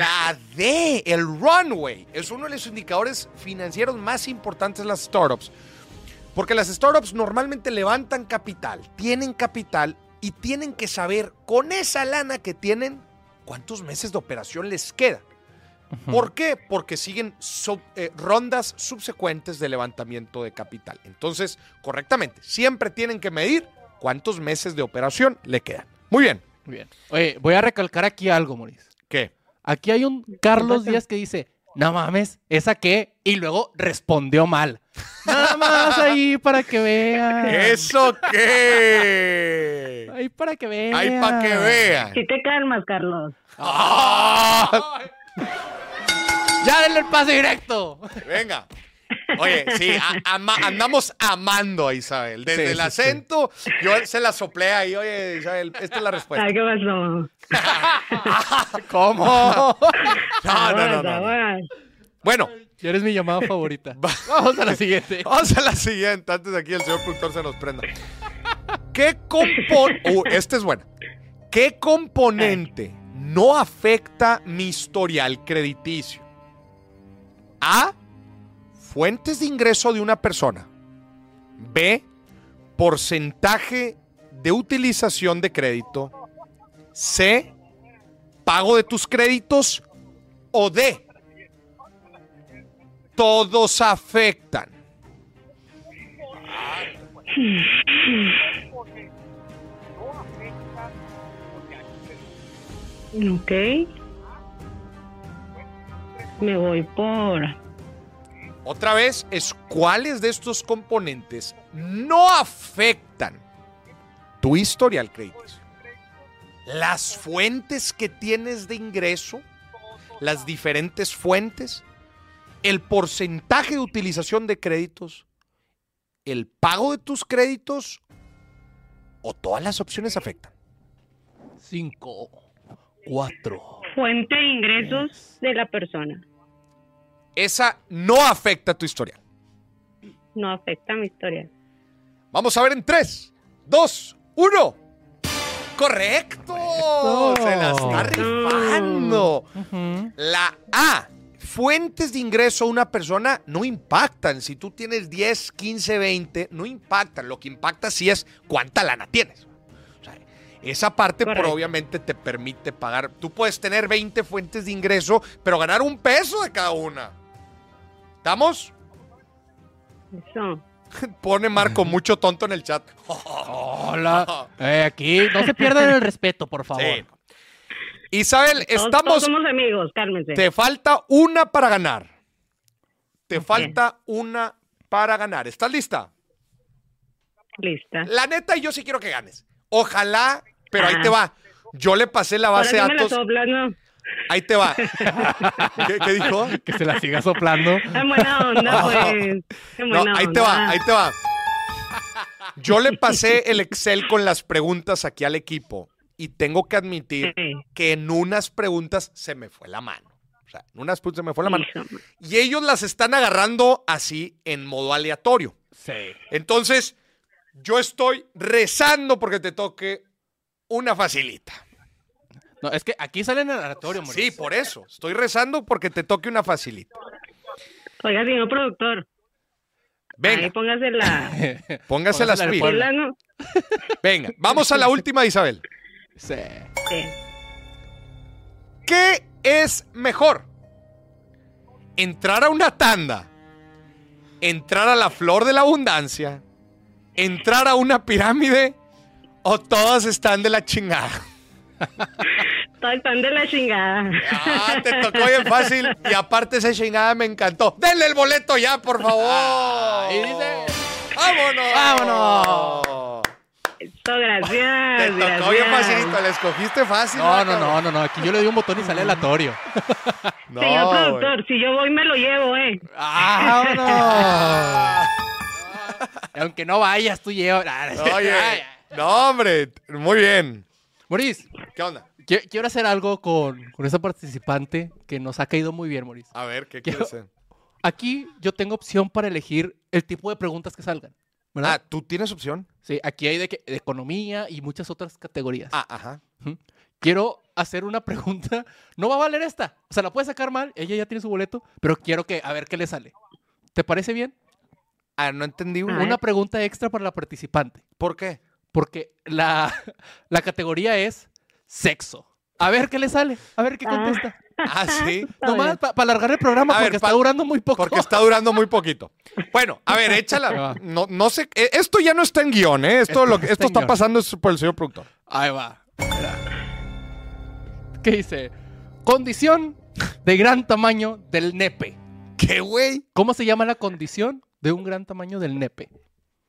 A: La D, el runway, es uno de los indicadores financieros más importantes de las startups. Porque las startups normalmente levantan capital, tienen capital y tienen que saber con esa lana que tienen cuántos meses de operación les queda. ¿Por qué? Porque siguen sub- eh, rondas subsecuentes de levantamiento de capital. Entonces, correctamente, siempre tienen que medir cuántos meses de operación le quedan. Muy bien.
B: Muy bien. Oye, voy a recalcar aquí algo, Moris.
A: ¿Qué?
B: Aquí hay un Carlos Díaz que dice, no mames, ¿esa qué? Y luego respondió mal. Nada más ahí para que vean.
A: ¿Eso qué?
B: Ahí para que vean.
A: Ahí para que vean.
E: Si te calmas, Carlos.
A: ¡Ah!
B: Ya denle el pase directo.
A: Venga. Oye, sí, a- ama- andamos amando a Isabel. Desde
B: Sí,
A: el
B: sí,
A: acento, yo se la soplé ahí. Oye, Isabel, esta es la respuesta.
E: Ay, ¿qué pasó?
B: ¿Cómo?
A: No, no, no, no, no.
E: Aguas,
A: Bueno,
B: Ya eres mi llamada favorita. Vamos a la siguiente.
A: vamos a la siguiente. Antes de aquí el señor productor se nos prenda. ¿Qué componente... esta es buena. ¿Qué componente no afecta mi historial crediticio? A. Fuentes de ingreso de una persona. B. Porcentaje de utilización de crédito. C. Pago de tus créditos. O D. Todos afectan.
E: aguas. Ok. Me voy por...
A: Otra vez es cuáles de estos componentes no afectan tu historial crediticio. Las fuentes que tienes de ingreso, las diferentes fuentes, el porcentaje de utilización de créditos, el pago de tus créditos o todas las opciones afectan.
B: Cinco, cuatro.
G: Fuente de ingresos de la persona.
A: Esa no afecta tu historial.
G: No afecta a mi historia.
A: Vamos a ver en 3, 2, 1. ¡Correcto! Se la está rifando.
B: Ujú.
A: La A. Fuentes de ingreso a una persona no impactan. Si tú tienes 10, 15, 20, no impactan. Lo que impacta sí es cuánta lana tienes. O sea, esa parte por
G: Correcto.
A: obviamente te permite pagar. Tú puedes tener 20 fuentes de ingreso, pero ganar un peso de cada una. ¿Estamos?
G: Eso.
A: Pone Marco mucho tonto en el chat.
B: Hola. Eh, aquí no se pierdan el respeto, por favor.
A: Sí. Isabel,
G: Todos-
A: estamos.
G: todos somos amigos, cálmense.
A: Te falta una para ganar. Te falta una para ganar. ¿Estás lista?
G: Lista.
A: La neta, yo sí quiero que ganes. Ojalá, pero ahí
G: Ah.
A: te va. Yo le pasé la
G: Ahora
A: base
G: sí
A: de
G: me la
A: datos.
G: soplas, ¿no?
A: Ahí te va. ¿Qué, qué dijo?
B: Que se la siga soplando.
G: En buena onda, pues. En
A: No,
G: buena
A: ahí te
G: onda.
A: va, ahí te va. Yo le pasé el Excel con las preguntas aquí al equipo y tengo que admitir
G: Sí.
A: que en unas preguntas se me fue la mano. O sea, en unas preguntas se me fue la mano.
G: Hijo,
A: Y ellos las están agarrando así en modo aleatorio.
B: Sí.
A: Entonces, yo estoy rezando porque te toque una facilita.
B: No, es que aquí sale en el oratorio, Moris.
A: Sí, por eso. Estoy rezando porque te toque una facilita.
G: Oiga, señor productor. Ahí
A: Venga,
G: póngase la.
A: póngase las
B: póngasela de
A: pilas.
B: Puebla.
G: la no-
A: Venga, vamos a la última, Isabel.
B: Sí.
G: Sí.
A: ¿Qué es mejor? ¿Entrar a una tanda? ¿Entrar a la flor de la abundancia? ¿Entrar a una pirámide? ¿O todas están de la chingada?
G: Todos están de la chingada.
A: Ah, te tocó bien fácil. Y aparte esa chingada me encantó. Denle el boleto ya, por favor.
B: Y dice-
A: ¡Vámonos!
B: ¡Vámonos!
G: Eso, gracias.
A: Te
G: gracias.
A: tocó bien facilito. La escogiste fácil.
B: No, no,
A: cabrón?
B: no, no, no. Aquí yo le doy un botón y sale aleatorio.
A: No,
G: Señor
A: güey.
G: productor, si yo voy, me lo llevo, ¿eh?
B: ¡Ah, vámonos! Aunque no vayas, tú llevas. Ah,
A: Oye. No, hombre. Muy bien.
B: Moris,
A: ¿Qué onda?
B: qui- quiero hacer algo con, con esa participante que nos ha caído muy bien, Moris.
A: A ver, ¿qué
B: Yo-
A: quieres hacer?
B: Aquí yo tengo opción para elegir el tipo de preguntas que salgan.
A: Ah,
B: ¿verdad?
A: ¿tú tienes opción?
B: Sí, aquí hay de, que- de economía y muchas otras categorías.
A: Ah, ajá.
B: Quiero hacer una pregunta. No va a valer esta. O sea, la puede sacar mal. Ella ya tiene su boleto, pero quiero que a ver qué le sale. ¿Te parece bien?
A: Ah, no entendí. güey.
B: Una pregunta extra para la participante,
A: ¿Por qué?
B: porque la, la categoría es sexo. A ver qué le sale, a ver qué
E: Ah.
B: contesta.
A: Ah, sí.
B: Nomás para alargar el programa
A: A
B: porque
A: ver,
B: está
A: pa-
B: durando muy poco.
A: Porque está durando muy poquito. Bueno, a ver,
B: Ahí va.
A: échala. No, no sé. eh, Esto ya no está en guión, ¿eh? Esto,
B: Esto
A: lo,
B: no
A: que-
B: está
A: esto
B: en
A: está
B: guión.
A: pasando es por el señor productor.
B: Ahí va. Espera. ¿Qué dice? Condición de gran tamaño del nepe.
A: ¿Qué, güey?
B: ¿Cómo se llama la condición de un gran tamaño del nepe?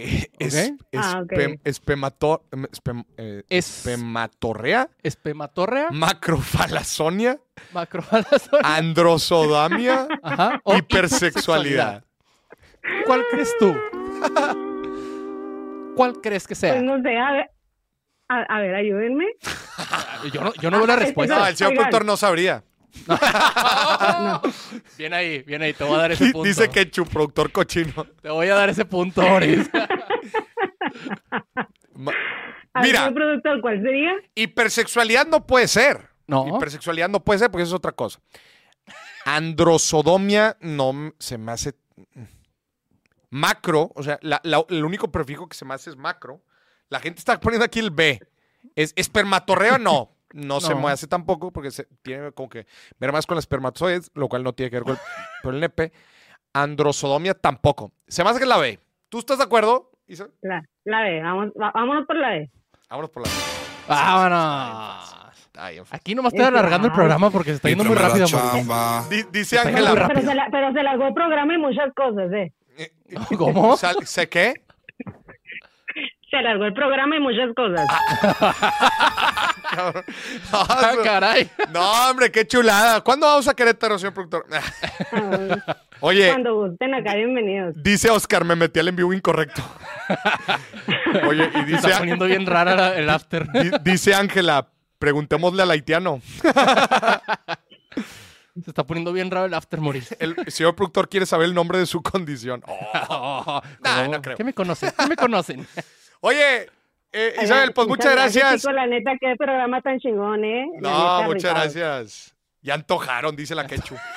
A: Eh, Es,
B: Ok.
G: Ah, ok.
A: espem- espemato- em, espem- Mm. eh,
B: Es
A: espematorrea,
B: espematorrea,
A: macrofalazonia,
B: macrofalasor-
A: Ah, androsodamia,
B: Ajá, o
A: hipersexualidad.
B: hipersexualidad. ¿Cuál crees tú? ¿Cuál crees que sea?
G: Pues no sé, a ver, a, a ver, ayúdenme.
B: Yo no, yo no veo la
A: No,
B: respuesta.
A: el señor
G: Oigan.
A: productor no sabría.
B: Bien ahí, bien ahí, te voy a dar ese punto.
A: Dice que productor cochino.
B: Te voy a dar ese punto, Boris.
A: Ma-
G: A ver,
A: Mira,
G: señor productor, ¿cuál sería?
A: hipersexualidad no puede ser.
B: No.
A: Hipersexualidad no puede ser porque eso es otra cosa. Androsodomia no m- se me hace. Macro, o sea, la- la- el único prefijo que se me hace es macro. La gente está poniendo aquí el B. Es, espermatorreo no. No, se
B: No.
A: me hace tampoco porque se tiene como que ver más con los espermatozoides, lo cual no tiene que ver con el, con el nepe. Androsodomia tampoco. Se me hace que es la B. ¿Tú estás de acuerdo? Isa?
G: La, la B, vamos, va- vámonos por la B.
A: Vámonos por la B.
B: Vámonos.
A: Ay, en fin.
B: Aquí nomás estoy alargando el programa porque se está yendo muy rápido. Boris.
A: Di- dice
B: Está
A: Ángela.
B: muy rápido.
G: Pero se, la, pero se largó el programa y muchas cosas, ¿eh?
A: eh, eh,
B: ¿Cómo?
A: sal- ¿Se qué?
G: Se largó el programa y muchas cosas.
A: Ah. cabrón.
B: Ah,
A: No,
B: caray.
A: no, hombre, qué chulada. ¿Cuándo vamos a Querétaro, señor productor?
G: Ah,
A: Oye,
G: Cuando gusten acá, bienvenidos.
A: dice Oscar, me metí al envío incorrecto. Oye, y
B: Se
A: dice,
B: está poniendo bien rara la- el after.
A: di- dice Ángela, preguntémosle al haitiano.
B: Se está poniendo bien raro el after, Moris.
A: El señor productor quiere saber el nombre de su condición. Oh. Nah, no creo.
B: ¿Qué me conocen? ¿Qué me conocen?
A: Oye, eh, Isabel, pues
G: Ay,
A: muchas gracias.
G: chicos, la neta, qué programa tan chingón, ¿eh? La
A: No,
G: neta,
A: muchas
G: rifado.
A: gracias. Ya antojaron, dice la quechu.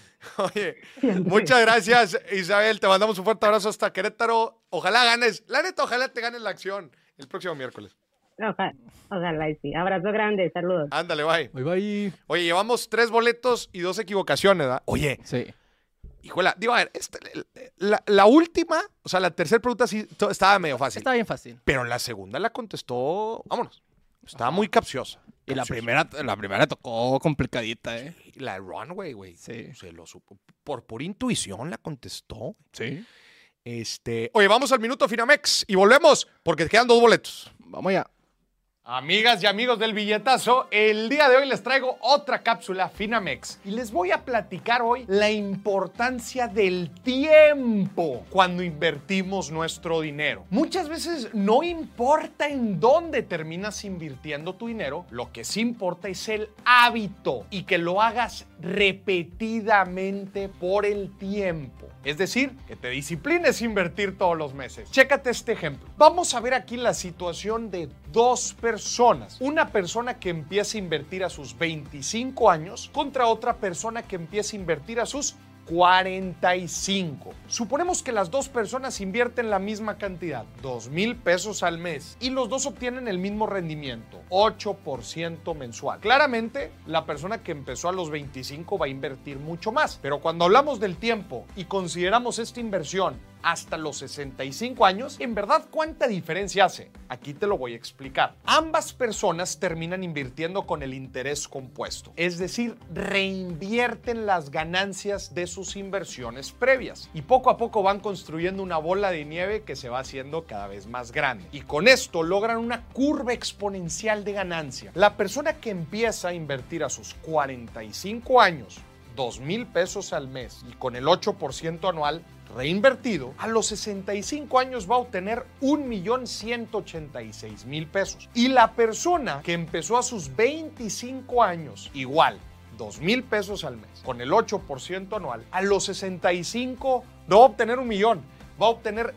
A: Oye, muchas gracias, Isabel. Te mandamos un fuerte abrazo hasta Querétaro. Ojalá ganes. La neta, ojalá te ganes la acción el próximo miércoles.
G: Ojalá, ojalá y sí. Abrazo grande, saludos.
A: Ándale, bye.
B: Hoy va ahí.
A: Oye, llevamos tres boletos y dos equivocaciones, ¿verdad? Oye,
B: Sí.
A: híjola, digo, a ver, esta- la, la última, o sea, la tercera pregunta sí to- estaba medio fácil.
B: Está bien fácil.
A: Pero la segunda la contestó, vámonos, estaba muy capciosa.
B: Y la
A: Capciosa.
B: primera, la primera tocó complicadita, ¿eh?
A: Y La runway, güey.
B: Sí.
A: Se lo supo. Por pura intuición la contestó.
B: Sí.
A: Este, oye, vamos al minuto Finamex y volvemos porque quedan dos boletos.
B: Vamos allá.
A: Amigas y amigos del billetazo, el día de hoy les traigo otra cápsula Finamex y les voy a platicar hoy la importancia del tiempo cuando invertimos nuestro dinero. Muchas veces no importa en dónde terminas invirtiendo tu dinero, lo que sí importa es el hábito y que lo hagas repetidamente por el tiempo. Es decir, que te disciplines a invertir todos los meses. Chécate este ejemplo. Vamos a ver aquí la situación de dos personas. Una persona que empieza a invertir a sus 25 años contra otra persona que empieza a invertir a sus 45. Suponemos que las dos personas invierten la misma cantidad, 2 mil pesos al mes, y los dos obtienen el mismo rendimiento, 8% mensual. Claramente, la persona que empezó a los 25 va a invertir mucho más, pero cuando hablamos del tiempo y consideramos esta inversión hasta los 65 años, en verdad, ¿cuánta diferencia hace? Aquí te lo voy a explicar. Ambas personas terminan invirtiendo con el interés compuesto, es decir, reinvierten las ganancias de sus inversiones previas y poco a poco van construyendo una bola de nieve que se va haciendo cada vez más grande. Y con esto logran una curva exponencial de ganancia. La persona que empieza a invertir a sus 45 años 2 mil pesos al mes y con el 8% anual reinvertido, a los 65 años va a obtener 1.186.000 pesos. Y la persona que empezó a sus 25 años, igual, 2 mil pesos al mes, con el 8% anual, a los 65 no va a obtener un millón, va a obtener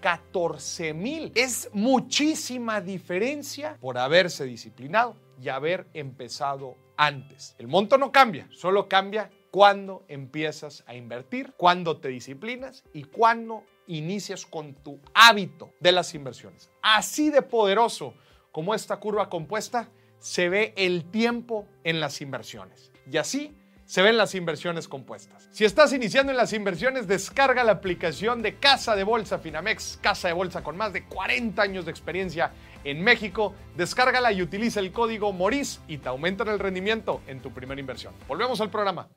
A: 6.714.000. Es muchísima diferencia por haberse disciplinado y haber empezado antes. El monto no cambia, solo cambia cuándo empiezas a invertir, cuándo te disciplinas y cuándo inicias con tu hábito de las inversiones. Así de poderoso como esta curva compuesta se ve el tiempo en las inversiones. Y así se ven las inversiones compuestas. Si estás iniciando en las inversiones, descarga la aplicación de Casa de Bolsa Finamex, Casa de Bolsa con más de 40 años de experiencia en México. Descárgala y utiliza el código MORIS y te aumentan el rendimiento en tu primera inversión. Volvemos al programa.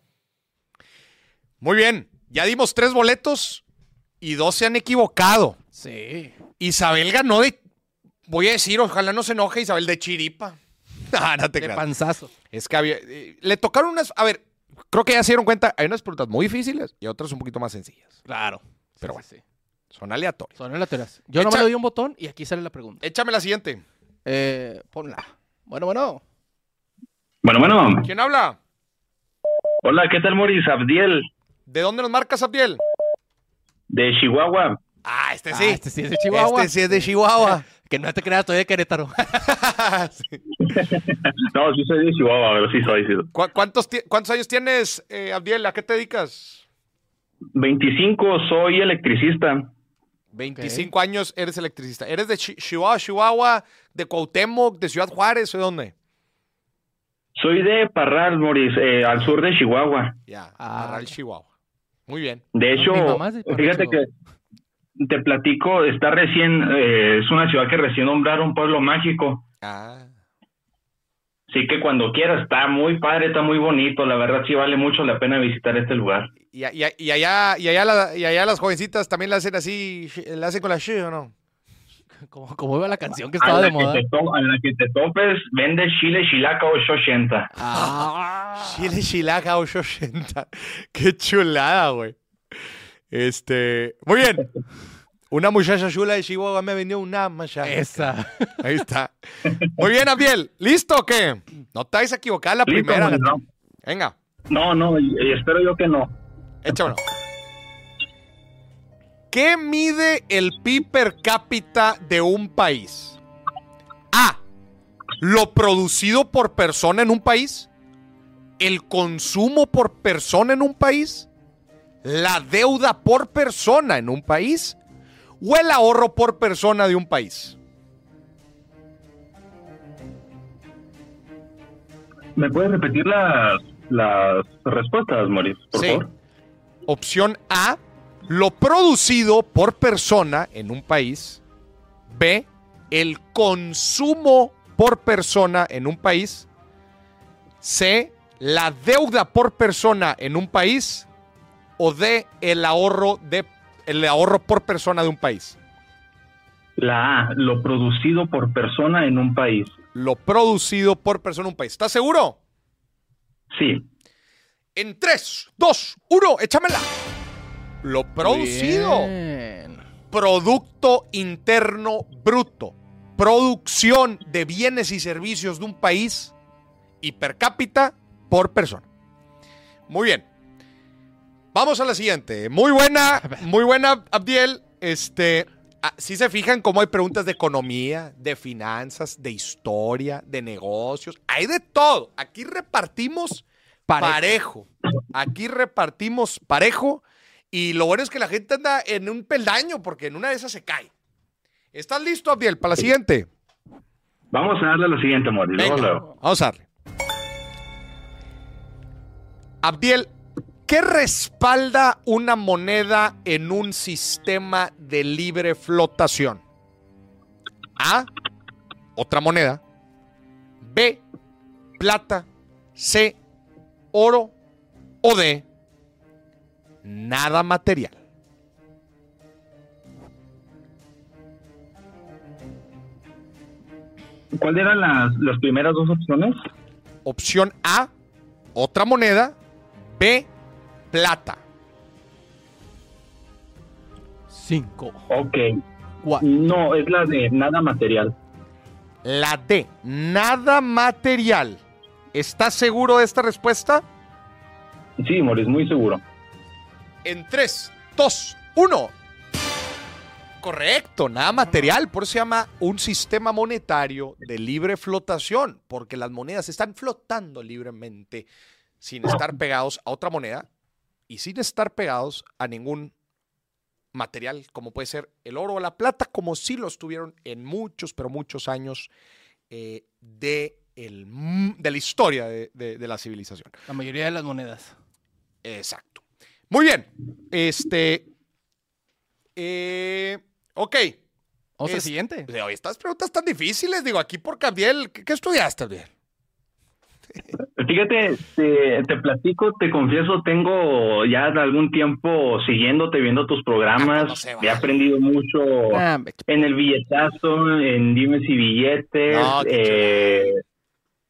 A: Muy bien, ya dimos tres boletos y dos se han equivocado.
B: Sí.
A: Isabel ganó de. Voy a decir, ojalá no se enoje Isabel de Chiripa. Ah, no te
B: De
A: creas.
B: panzazo.
A: Es que había- eh, le tocaron unas. A ver, creo que ya se dieron cuenta. Hay unas preguntas muy difíciles y otras un poquito más sencillas.
B: Claro.
A: Pero
B: Pero
A: bueno. Son aleatorias.
B: Son aleatorias. Yo no
A: Echa-
B: me le doy un botón y aquí sale la pregunta.
A: Échame la siguiente.
B: Eh, ponla. Bueno, bueno.
H: Bueno, bueno.
A: ¿Quién habla?
H: Hola, ¿qué tal, Moris? Abdiel,
A: ¿De dónde nos marcas, Abdiel?
H: de Chihuahua.
A: Ah, este
B: Ah,
A: sí.
B: este sí es de Chihuahua.
A: Este sí es de Chihuahua.
B: Ah, Que no te creas, estoy de Querétaro.
A: Sí.
H: No, sí soy de Chihuahua, pero sí soy. sí soy.
A: ¿Cu- cuántos, ti- cuántos años tienes, eh, Abdiel? ¿A qué te dedicas?
H: 25, soy electricista.
A: 25 años, eres electricista. ¿Eres de Chi- Chihuahua, Chihuahua, de Cuauhtémoc, de Ciudad Juárez o de dónde?
H: Soy de Parral, Moris, eh, al sur de Chihuahua.
A: Ya,
B: Ah,
A: Parral,
B: ya.
A: Chihuahua. Muy bien.
H: De hecho,
B: mi mamá es de Parral,
H: fíjate que
B: Chihuahua.
H: te platico, está recién, eh, es una ciudad que
I: Pues,
H: recién nombraron Pueblo Mágico.
A: Ah.
H: Así que cuando quieras, está muy padre, está muy bonito. La verdad, sí vale mucho la pena visitar este lugar.
A: Y, a- y a- y allá, y, allá la- y allá las jovencitas también la hacen así, shi- la hacen con la shi, ¿o no?
B: Como, como iba la canción que
H: A
B: estaba
H: la,
B: de
H: que
B: moda.
H: te to- a la que te topes, vende chile, chilaca o xochenta.
B: Ah,
A: Chile Chilaca 880. Qué chulada, güey. Este, muy bien. Una muchacha chula de Chihuahua me vendió una machaca.
B: esa.
A: Ahí está. Muy bien, Abdiel. ¿Listo o qué? No te vais a equivocar la
H: Listo,
A: primera.
H: Moris,
A: gato.
H: ¿no?
A: Venga,
H: No, no, y- y espero yo que no.
A: échamelo. ¿Qué mide el PIB per cápita de un país? A. Lo producido por persona en un país. El consumo por persona en un país. La deuda por persona en un país. O el ahorro por persona de un país.
H: ¿Me puedes repetir las, las respuestas, Moris, por
A: Sí.
H: favor?
A: Opción A, lo producido por persona en un país. B, el consumo por persona en un país. C, la deuda por persona en un país. O D, el ahorro, de, el ahorro por persona de un país.
H: La A, lo producido por persona en un país.
A: Lo producido por persona en un país. ¿Estás seguro?
H: Sí.
A: En 3, 2, 1, échamela. Lo producido.
B: Bien.
A: Producto Interno Bruto, producción de bienes y servicios de un país y per cápita por persona. Muy bien. Vamos a la siguiente. Muy buena, muy buena, Abdiel. Este, si se fijan cómo hay preguntas de economía, de finanzas, de historia, de negocios, hay de todo. Aquí repartimos parejo. Aquí repartimos parejo. Y lo bueno es que la gente anda en un peldaño porque en una de esas se cae. ¿Estás listo, Abdiel, para la siguiente?
H: Vamos a darle a lo siguiente, Moris. luego,
A: Venga,
H: luego.
A: vamos a darle. Abdiel, ¿qué respalda una moneda en un sistema de libre flotación? A, otra moneda. B, plata. C, oro. O D, nada material.
H: ¿Cuáles eran las, las primeras dos opciones?
A: Opción A, otra moneda. B, plata.
B: 5,
H: Ok.
B: 4,
H: No, es la de nada material.
A: La D, nada material. ¿Estás seguro de esta respuesta?
H: Sí, Moris, muy seguro.
A: en 3, 2, 1. Correcto, nada material, por eso se llama un sistema monetario de libre flotación, porque las monedas están flotando libremente sin estar pegados a otra moneda y sin estar pegados a ningún material, como puede ser el oro o la plata, como sí lo estuvieron en muchos, pero muchos años eh, de, el mu- de la historia de- de- de la civilización.
B: La mayoría de las monedas.
A: Exacto. Muy bien. Este. eh, ok.
B: Vamos al
A: Es-
B: siguiente.
A: De hoy, estas preguntas tan difíciles, digo, aquí por Gabriel, ¿qué, qué estudiaste, Gabriel?
H: Fíjate, te, te platico, te confieso, tengo ya algún tiempo siguiéndote, viendo tus
A: Ah, no
H: programas,
A: se
H: he
A: vale.
H: aprendido mucho
B: Ah, me-
H: en el billetazo, en dimes y billetes.
A: No, qué
H: eh,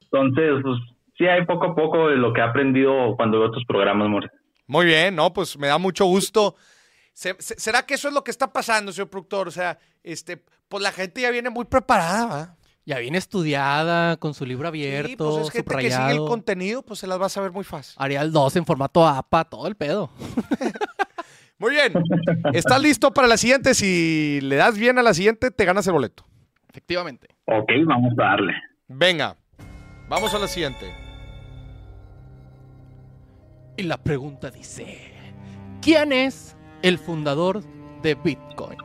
H: entonces, pues sí hay poco a poco de lo que he aprendido cuando veo tus programas, amor.
A: Muy bien, no, pues me da mucho gusto. Se- se- ¿Será que eso es lo que está pasando, señor productor? O sea, este, pues la gente ya viene muy preparada, ¿va?
B: ya bien estudiada, con su libro abierto,
A: Sí, pues es gente que sigue el
B: subrayado.
A: contenido, pues se las va a saber muy fácil.
B: Arial 2 en formato APA, todo el pedo.
A: Muy bien. ¿Estás listo para la siguiente? Si le das bien a la siguiente, te ganas el boleto.
B: Efectivamente.
H: Ok, vamos a darle.
A: Venga, vamos a la siguiente.
B: Y la pregunta dice, ¿quién es el fundador de Bitcoin?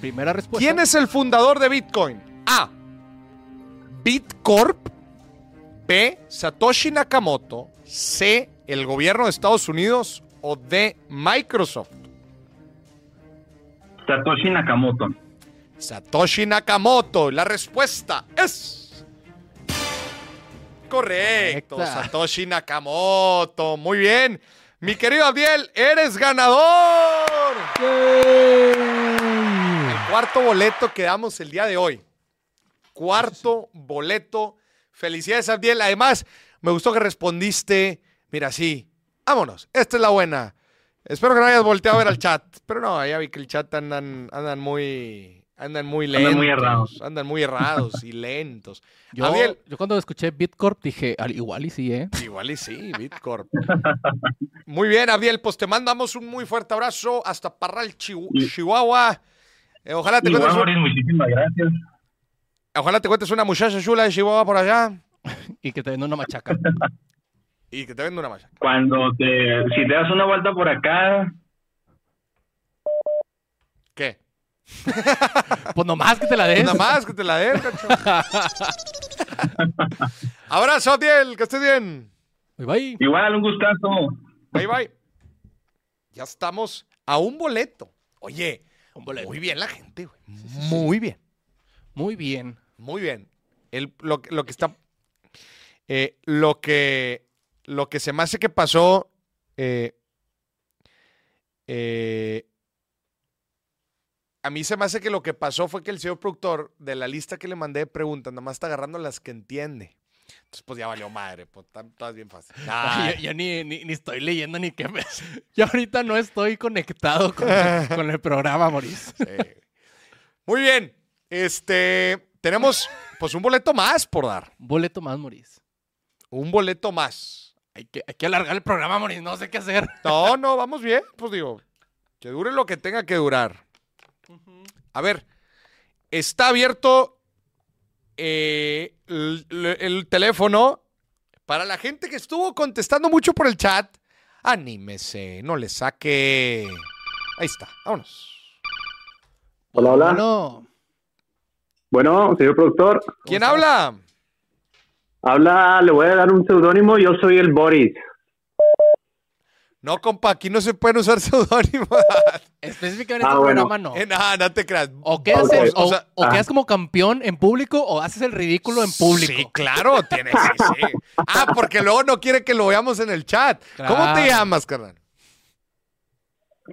B: Primera respuesta.
A: ¿Quién es el fundador de Bitcoin? A. Bitcorp. B. Satoshi Nakamoto. C. El gobierno de Estados Unidos. O D. Microsoft.
H: Satoshi Nakamoto.
A: Satoshi Nakamoto. La respuesta es. Correcto.
B: Correcta.
A: Satoshi Nakamoto. Muy bien. Mi querido Abdiel, eres ganador.
B: Yay.
A: Cuarto boleto que damos el día de hoy. Cuarto boleto. Felicidades, Abdiel. Además, me gustó que respondiste. Mira, sí. Vámonos. Esta es la buena. Espero que no hayas volteado a ver al chat. Pero no, ya vi que el chat andan, andan muy. Andan muy lentos.
H: Andan muy errados.
A: Andan muy errados y lentos.
B: Yo,
A: Gabriel.
B: yo cuando escuché Bitcorp dije, "Al- igual y sí, ¿eh?
A: Igual y sí, Bitcorp. Muy bien, Abdiel, pues te mandamos un muy fuerte abrazo hasta Parral, Chihu- Chihuahua. Eh, ojalá te
H: Igual,
A: encuentres un-
H: Boris, muchísimas gracias.
A: Ojalá te cuentes una muchacha chula de Chihuahua por allá
B: Y que te den una machaca.
A: y que te venda una malla.
H: Cuando te, si te das una vuelta por acá,
A: ¿Qué?
B: Pues nomás que te la des.
A: Nada más que te la den, cacho. Abrazo, Abdiel, que estés bien.
B: Bye, bye.
H: igual un gustazo.
A: Bye, bye. Ya estamos a un boleto. Oye,
B: Un boleto.
A: muy bien la gente, güey. Muy bien,
B: Muy bien.
A: muy bien. El, lo, que- lo que está... eh, lo que... Lo que se me hace que pasó... eh, eh, a mí se me hace que lo que pasó fue que el señor productor, de la lista que le mandé de preguntas, nada más está agarrando las que entiende. Entonces, pues ya valió madre, pues tan- todas bien fácil. Nah,
B: Yo, yo ni, ni, ni estoy leyendo ni qué me... Yo ahorita no estoy conectado con,
A: Ah.
B: con el programa, Moris.
A: sí. eh. Muy bien. Este, tenemos pues un boleto más por dar.
B: Boleto más, Moris.
A: Un boleto más.
B: Hay que, hay que alargar el programa, Moris. No sé qué hacer.
A: No, no, vamos bien. Pues digo, que dure lo que tenga que durar. A ver, está abierto eh, el, el- el teléfono para la gente que estuvo contestando mucho por el chat. Anímese, no le saque. Ahí está, vámonos.
D: Hola, hola.
B: No.
D: Bueno, señor productor,
A: ¿Quién habla?
D: habla, le voy a dar un seudónimo, yo soy el Boris.
A: No, compa, aquí no se pueden usar seudónimos.
B: Específicamente en
D: Ah,
B: este
D: bueno.
B: programa no.
A: Eh, no, no te creas.
B: Uh. O quedas, en-
D: Ok,
B: o,
A: o sea-
B: o
D: Ah.
B: quedas como campeón en público o haces el ridículo en público.
A: Sí, claro, tiene, sí, sí. Ah, porque luego no quiere que lo veamos en el chat. ¿Cómo
B: Claro.
A: te llamas, carnal?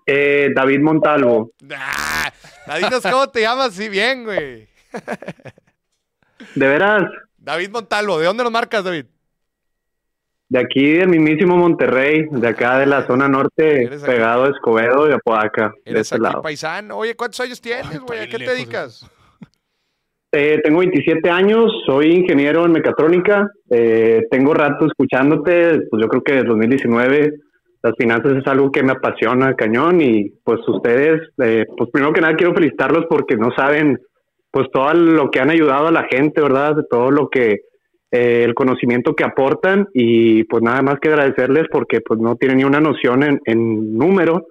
D: Eh, David Montalvo.
A: Ah, Dadinos, ¿cómo te llamas? Sí, bien, güey.
D: De veras,
A: David Montalvo, ¿de dónde nos marcas, David?
D: de aquí del mismísimo Monterrey, de acá de la zona norte,
A: Eres aquí.
D: pegado a Escobedo y Apodaca, de
A: Eres
D: este
A: aquí
D: lado.
A: paisano. Oye, ¿cuántos años
B: Ay,
A: tienes, güey? ¿A
B: está
A: qué te
B: bien lejos
A: dedicas?
D: Eh, tengo 27 años, soy ingeniero en mecatrónica, eh, tengo rato escuchándote, pues yo creo que desde 2019,
I: las finanzas es algo que me apasiona cañón y pues ustedes, eh, pues primero que nada quiero felicitarlos porque no saben pues todo lo que han ayudado a la gente, ¿verdad? Todo lo que, eh, el conocimiento que aportan y pues nada más que agradecerles porque pues no tienen ni una noción en, en número,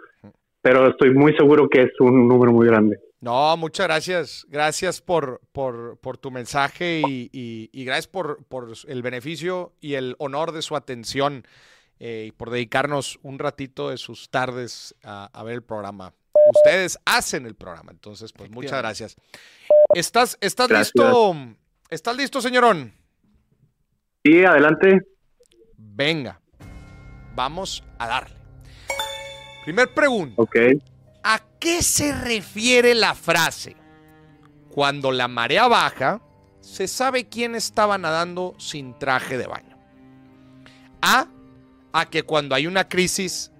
I: pero estoy muy seguro que es un número muy grande.
A: No, muchas gracias. Gracias por, por, por tu mensaje y, y- y gracias por, por el beneficio y el honor de su atención eh, y por dedicarnos un ratito de sus tardes a, a ver el programa. Ustedes hacen el programa, entonces, pues muchas gracias. ¿Estás, estás
I: Gracias.
A: listo? ¿Estás listo, señorón?
I: Sí, adelante.
A: Venga, vamos a darle. Primer pregunta.
I: Ok.
A: ¿A qué se refiere la frase? Cuando la marea baja, se sabe quién estaba nadando sin traje de baño. A. A que cuando hay una crisis,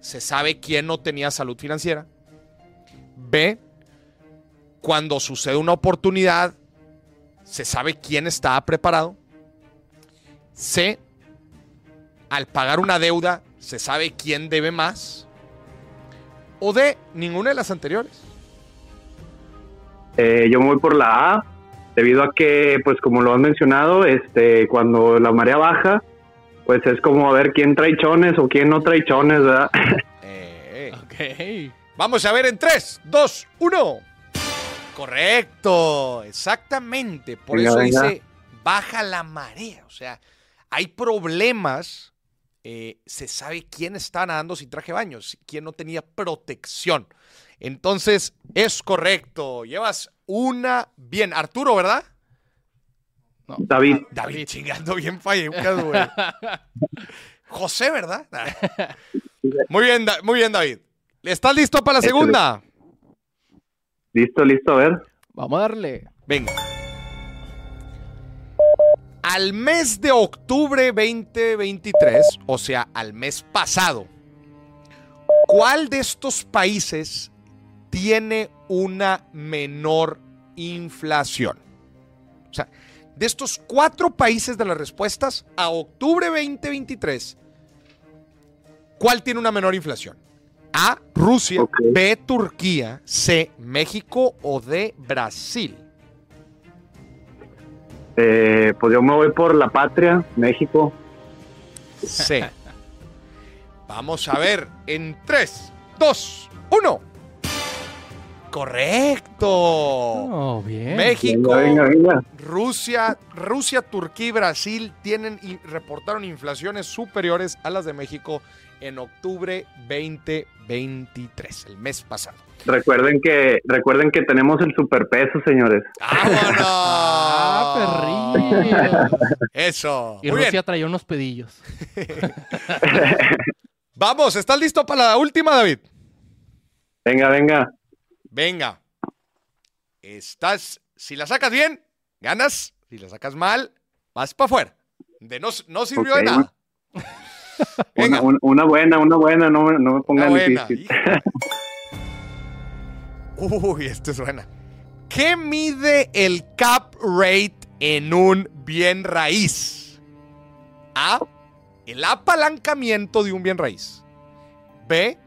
A: se sabe quién no tenía salud financiera. B. Cuando sucede una oportunidad, se sabe quién estaba preparado. C. Al pagar una deuda, se sabe quién debe más o de ninguna de las anteriores.
I: Eh, yo me voy por la A, debido a que, pues como lo han mencionado, este, cuando la marea baja, pues es como a ver quién trae chones o quién no trae chones, ¿verdad?
B: Ok.
A: Eh, Vamos a ver en 3, 2, 1. Correcto, exactamente. Por
I: Venga,
A: eso
I: venga.
A: dice, baja la marea. O sea, hay problemas. eh, se sabe quién está nadando sin traje de baño, si- quién no tenía protección. Entonces, es correcto. Llevas una bien. Arturo, ¿verdad?
I: David,
B: Ah,
A: David, chingando bien fallucas, güey. José, ¿verdad? muy, bien, Da- muy bien, David. ¿Estás listo para la
I: Excelente.
A: segunda?
I: listo, listo, a ver.
B: Vamos a darle.
A: Venga. Al mes de octubre 2023, o sea, al mes pasado, ¿cuál de estos países tiene una menor inflación? O sea, de estos cuatro países de las respuestas, a octubre 2023, ¿cuál tiene una menor inflación? A, Rusia,
I: Ok.
A: B, Turquía, C, México o D, Brasil.
I: Eh, pues yo me voy por la patria, México.
A: C. Vamos a ver en 3, 2, 1. Correcto.
B: Oh, bien.
A: México,
I: Venga, venga, venga.
A: Rusia, Rusia, Turquía y Brasil tienen y reportaron inflaciones superiores a las de México en octubre 2023, el mes pasado.
I: Recuerden que, recuerden que tenemos el superpeso, señores.
A: ¡Vámonos!
B: Ah, perrillo.
A: Eso.
B: Y
A: Muy
B: Rusia
A: bien.
B: traía unos pedillos.
A: Vamos, ¿estás listo para la última, David?
I: Venga, venga.
A: Venga. Estás. Si la sacas bien, ganas. Si la sacas mal, vas para afuera. De no, no sirvió de
I: Ok,
A: nada.
I: Una,
A: Venga,
I: un- una buena, una buena, no, me- no me
A: una
I: pongan
A: buena.
I: difícil.
A: Uy, esto es buena. ¿Qué mide el cap rate en un bien raíz? A. El apalancamiento de un bien raíz. B.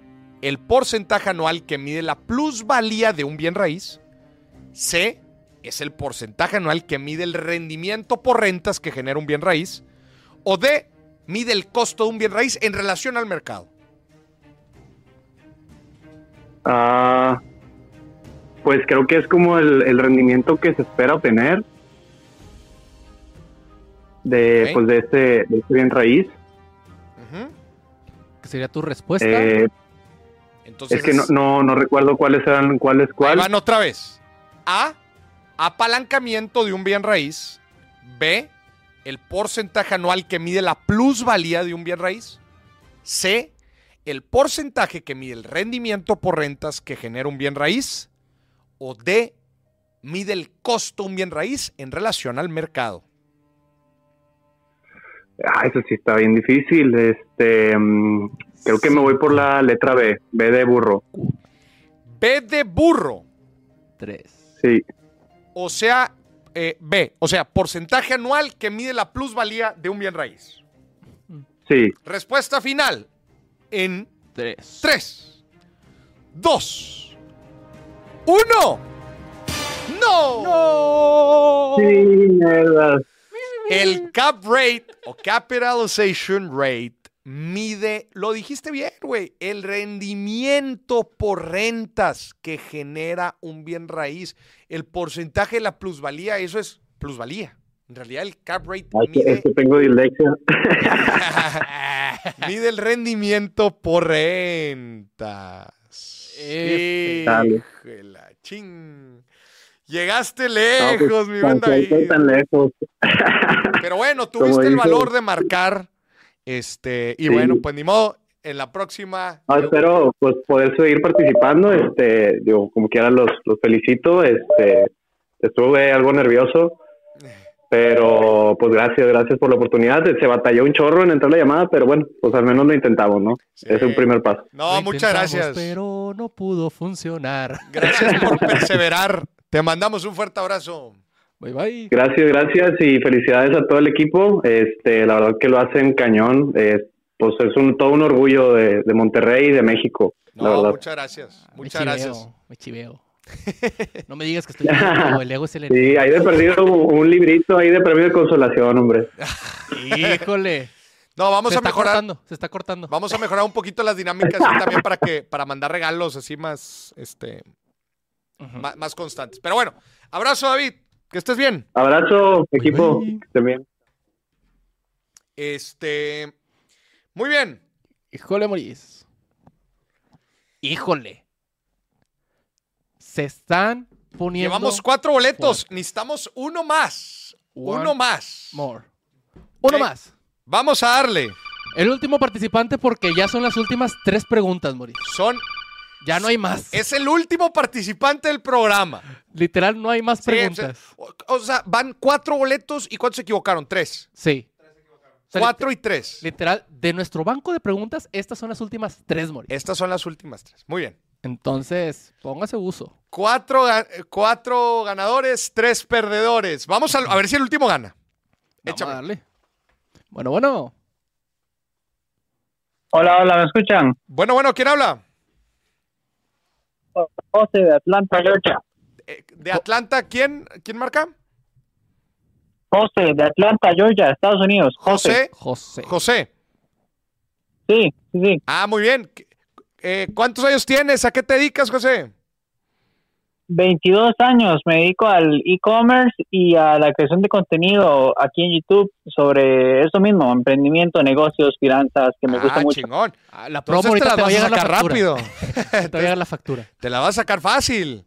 A: El porcentaje anual que mide la plusvalía de un bien raíz. C. Es el porcentaje anual que mide el rendimiento por rentas que genera un bien raíz. O D. Mide el costo de un bien raíz en relación al mercado.
I: Ah, pues creo que es como el, el rendimiento que se espera obtener de,
A: Ok.
I: pues de, este, de este bien raíz.
A: Ujú.
B: ¿Qué sería tu respuesta?
I: Eh,
A: Entonces,
I: es que no, no, no recuerdo cuáles eran, cuáles,
A: Pues Ahí
I: cuál.
A: van otra vez. A. Apalancamiento de un bien raíz. B. El porcentaje anual que mide la plusvalía de un bien raíz. C. El porcentaje que mide el rendimiento por rentas que genera un bien raíz. O D. Mide el costo de un bien raíz en relación al mercado.
I: Ah, eso sí está bien difícil. Este, mm, creo que me voy por la letra B, B de burro.
A: B de burro.
B: Tres.
I: Sí,
A: O sea, eh, B. O sea, porcentaje anual que mide la plusvalía de un bien raíz.
I: sí.
A: Respuesta final. en
B: Tres.
A: 3, 2, 1. ¡No! ¡No! El cap rate o capitalization rate mide, lo dijiste bien, güey, el rendimiento por rentas que genera un bien raíz, el porcentaje de la plusvalía, eso es plusvalía. En realidad el cap rate
I: Ay, que-
A: mide
I: es que tengo dislexia.
A: Mide el rendimiento por rentas.
B: F.
I: Dale.
A: Híjole, ching. Llegaste
I: No,
A: lejos,
I: pues,
A: mi
I: tan
A: buen David.
I: cerca y tan lejos.
A: Pero bueno, tuviste el
I: dijo-
A: valor de marcar. Este, y
I: Sí.
A: bueno, pues ni modo, en la próxima.
I: No, espero pues poder seguir participando, este, digo, como quiera los, los felicito, este, estuve algo nervioso, pero pues gracias, gracias por la oportunidad, se batalló un chorro en entrar la llamada, pero bueno, pues al menos lo intentamos, ¿no?
A: Sí.
I: Es un primer paso.
A: eh, No,
B: Lo
A: muchas
B: intentamos,
A: gracias.
B: Pero no pudo funcionar.
A: Gracias por perseverar. Te mandamos un fuerte abrazo.
B: Bye bye.
I: Gracias, gracias y felicidades a todo el equipo, este, la verdad que lo hacen cañón, eh, pues es un, todo un orgullo de, de Monterrey y de México, la
A: No,
I: verdad.
A: muchas gracias.
B: Me
A: Muchas
B: chiveo,
A: gracias.
B: Me chiveo. No me digas que estoy loco, el ego es el enemigo.
I: Sí, ahí de perdido un un librito ahí de premio de consolación, hombre.
B: Híjole.
A: No, vamos
B: se
A: a
B: está
A: mejorar.
B: cortando, se está cortando.
A: Vamos a mejorar un poquito las dinámicas y también para que para mandar regalos así más este
B: Ujú.
A: ma- más, constantes. Pero bueno, abrazo David, que estés bien.
I: Abrazo, equipo.
B: bye.
I: También.
A: Este Muy bien.
B: Híjole, Moris. Híjole. Se están poniendo.
A: Llevamos cuatro boletos, necesitamos uno más.
B: One
A: uno más.
B: more. Uno
A: Ok.
B: más.
A: Vamos a darle.
B: El último participante, porque ya son las últimas tres preguntas, Moris.
A: Son
B: Ya no hay más.
A: es el último participante del programa.
B: Literal, no hay más
A: Sí,
B: preguntas.
A: o, o sea, van cuatro boletos y cuántos se equivocaron? Tres.
B: Sí. O sea,
A: Cuatro y tres.
B: Literal, de nuestro banco de preguntas, estas son las últimas tres, Moris.
A: Estas son las últimas tres. Muy bien.
B: Entonces, póngase uso.
A: Cuatro, ga- eh, cuatro ganadores, tres perdedores. Vamos a, a ver si el último gana.
B: Vamos
A: Échame.
B: a darle. Bueno, bueno.
D: Hola, hola, ¿me escuchan?
A: Bueno, bueno, ¿quién habla?
D: José de Atlanta, Georgia.
A: Eh, De Atlanta, ¿quién, quién marca?
D: José de Atlanta, Georgia, Estados Unidos. José.
A: José.
B: José.
A: José.
D: Sí, sí, sí.
A: Ah, muy bien. ¿Qué- eh, ¿Cuántos años tienes? ¿A qué te dedicas, José?
D: 22 años, me dedico al e-commerce y a la creación de contenido aquí en YouTube sobre eso mismo, emprendimiento, negocios, finanzas, que me gusta
A: ah,
D: mucho.
A: chingón.
B: Ah, la promo
A: Entonces te
B: ahorita
A: las
B: te va a
A: vas a
B: llegar la
A: sacar
B: factura.
A: rápido.
B: Te va a llegar la factura.
A: Te la vas a sacar fácil.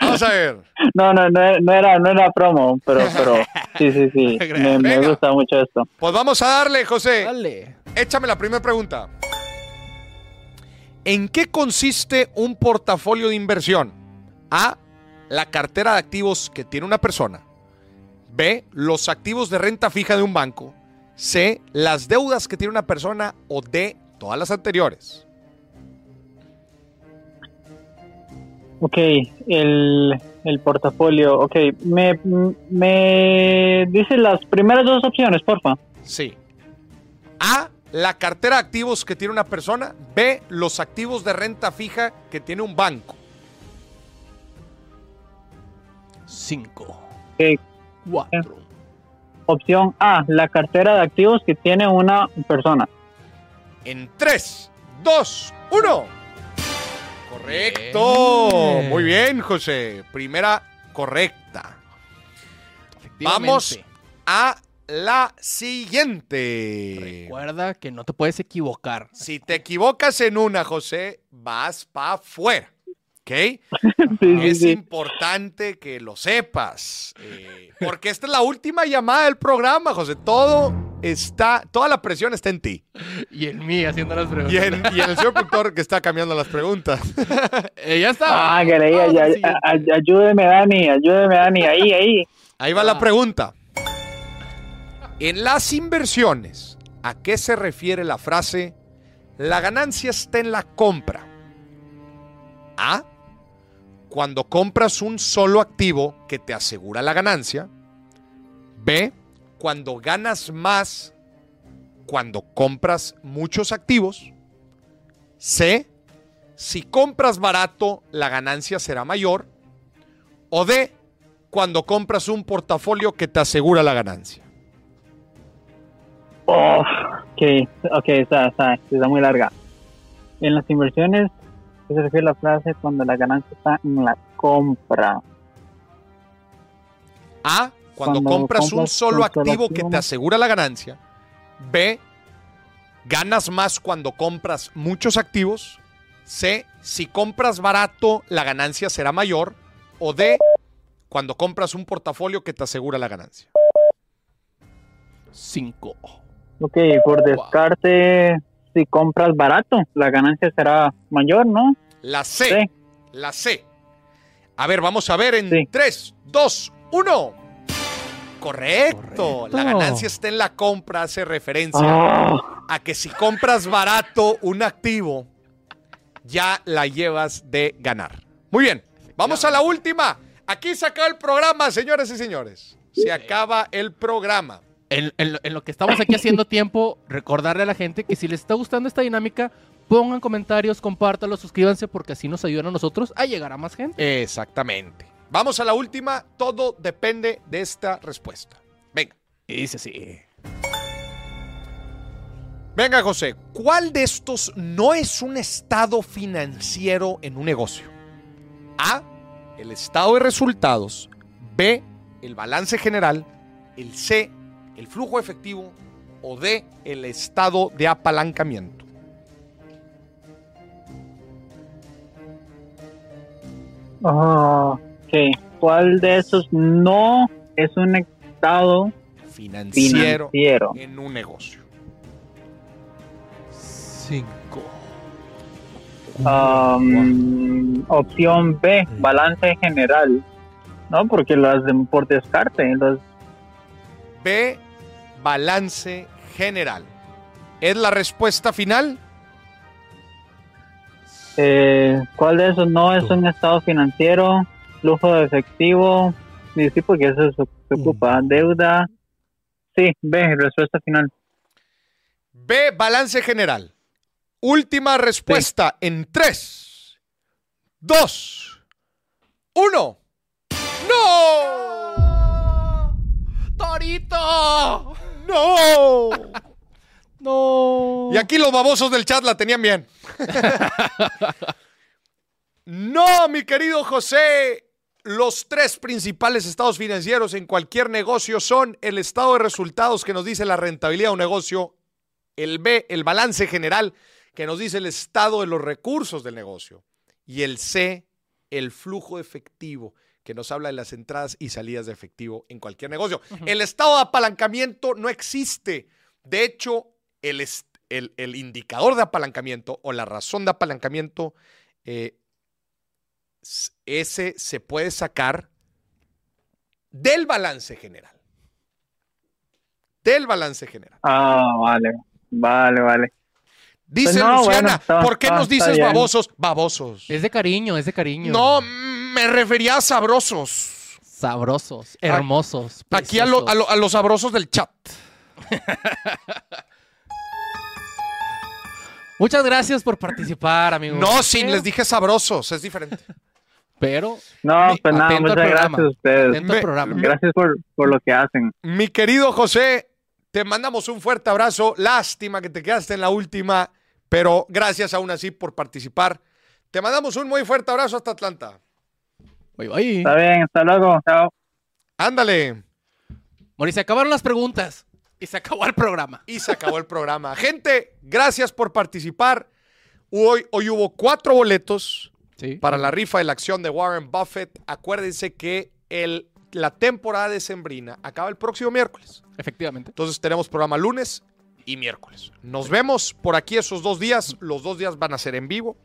A: Vamos a ver.
D: No, no, no, no era, no era promo, pero, pero sí, sí, sí, me, me
A: Venga.
D: gusta mucho esto.
A: Pues vamos a darle, José.
B: Dale.
A: Échame la primera pregunta. ¿En qué consiste un portafolio de inversión? A. La cartera de activos que tiene una persona. B. Los activos de renta fija de un banco. C. Las deudas que tiene una persona. O D. Todas las anteriores.
D: Ok, el, el portafolio, ok, me, me dice las primeras dos opciones, porfa.
A: Sí. A. La cartera de activos que tiene una persona. B. Los activos de renta fija que tiene un banco.
B: Cinco.
D: Ok,
B: Cuatro.
D: opción A, la cartera de activos que tiene una persona.
A: En 3, 2, 1. Correcto.
B: Bien.
A: Muy bien, José. Primera correcta.
B: Efectivamente.
A: Vamos. A la siguiente.
B: Recuerda que no te puedes equivocar.
A: Si te equivocas en una, José, vas para afuera. ¿Ok?
D: Sí, sí,
A: Es
D: sí.
A: importante que lo sepas. eh, porque esta es la última llamada del programa, José. Todo está, toda la presión está en ti.
B: Y en mí haciendo las preguntas.
A: Y en, y en el señor productor que está cambiando las preguntas.
B: Eh, ya está.
D: Ah, quería,
B: Vamos
D: ya-
B: al siguiente.
D: a- a- ayúdeme Dani, ayúdeme Dani, ahí, ahí.
A: Ahí va
B: Ah.
A: la pregunta. En las inversiones, ¿a qué se refiere la frase la ganancia está en la compra? A. Cuando compras un solo activo que te asegura la ganancia. B. Cuando ganas más cuando compras muchos activos, C, si compras barato, la ganancia será mayor. O D, cuando compras un portafolio que te asegura la ganancia.
D: Oh, ok, ok, está, está, está muy larga. En las inversiones, ¿qué se refiere la frase cuando la ganancia está en la compra?
A: A, cuando,
D: Cuando
A: compras, un
D: compras
A: solo
D: un solo
A: activo que
D: activo.
A: te asegura la ganancia. B, ganas más cuando compras muchos activos. C, si compras barato, la ganancia será mayor. O D, cuando compras un portafolio que te asegura la ganancia.
B: 5.
D: Ok, por descarte, si compras barato, la ganancia será mayor, ¿no?
A: La C,
D: Sí.
A: la C. A ver, vamos a ver
D: Sí.
A: en 3, 2, 1. Correcto.
B: Correcto.
A: La ganancia está en la compra, hace referencia.
D: Ah,
A: a que si compras barato un activo, ya la llevas de ganar. Muy bien, vamos a la última. Aquí se acaba el programa, señores y señores. Se acaba el programa.
B: En, en lo- en lo que estamos aquí haciendo tiempo, recordarle a la gente que si les está gustando esta dinámica, pongan comentarios, compártanlo, suscríbanse, porque así nos ayudan a nosotros a llegar a más gente.
A: Exactamente. Vamos a la última. Todo depende de esta respuesta. Venga.
B: Y dice sí.
A: Venga, José. ¿Cuál de estos no es un estado financiero en un negocio? A. El estado de resultados. B. El balance general. El C. El flujo efectivo. O D. El estado de apalancamiento.
D: ah, ok, ¿cuál de esos no es un estado
A: Financiero,
D: financiero?
A: en un negocio.
B: 5.
D: Am, Um, opción B, balance general. No, porque las de, por descarte, los
A: B. Balance general. ¿Es la respuesta final?
D: Eh, ¿Cuál de esos no es un estado financiero? Flujo de efectivo. Y sí, porque eso se, se ocupa.
B: Mm.
D: Deuda. Sí, B, respuesta final.
A: B, balance general. Última respuesta en 3, 2, 1. ¡No! ¡Torito! ¡No!
B: No.
A: Y aquí los babosos del chat la tenían bien. no, mi querido José. Los tres principales estados financieros en cualquier negocio son el estado de resultados que nos dice la rentabilidad de un negocio, el B, el balance general que nos dice el estado de los recursos del negocio, y el C, el flujo efectivo que nos habla de las entradas y salidas de efectivo en cualquier negocio. El estado de apalancamiento no existe. De hecho, el, est- el- el indicador de apalancamiento o la razón de apalancamiento, eh, s- ese se puede sacar del balance general. Del balance general.
D: Ah, vale. Vale, vale.
A: Dice
D: Pues no, bueno,
A: Luciana,
D: está-
A: ¿por qué
D: está-
A: nos
D: está
A: dices
D: bien.
A: babosos? Babosos.
B: Es de cariño, es de cariño.
A: No, mm, me refería a sabrosos.
B: Sabrosos, hermosos.
A: Aquí a, lo- a lo- a los sabrosos del chat.
B: Muchas gracias por participar, amigos.
A: No, sí,
B: Pero-
A: les dije sabrosos, es diferente.
B: Pero,
D: No,
B: Mi-
D: pues nada,
B: atento al
D: muchas gracias
B: programa.
D: a ustedes.
B: atento al
A: Me-
B: programa.
D: Gracias por, por lo que hacen.
A: Mi querido José, te mandamos un fuerte abrazo. Lástima que te quedaste en la última, pero gracias aún así por participar. Te mandamos un muy fuerte abrazo hasta Atlanta.
B: Bye, bye.
D: Está bien, hasta luego. Chao.
A: Ándale.
B: Mori, se acabaron las preguntas y se acabó el programa.
A: Y se acabó el programa. Gente, gracias por participar. Hoy, hoy hubo cuatro boletos.
B: Sí.
A: para la rifa de la acción de Warren Buffett. Acuérdense que el, la temporada de Sembrina acaba el próximo miércoles.
B: Efectivamente.
A: Entonces tenemos programa lunes y miércoles. Nos vemos por aquí esos dos días. Los dos días van a ser en vivo.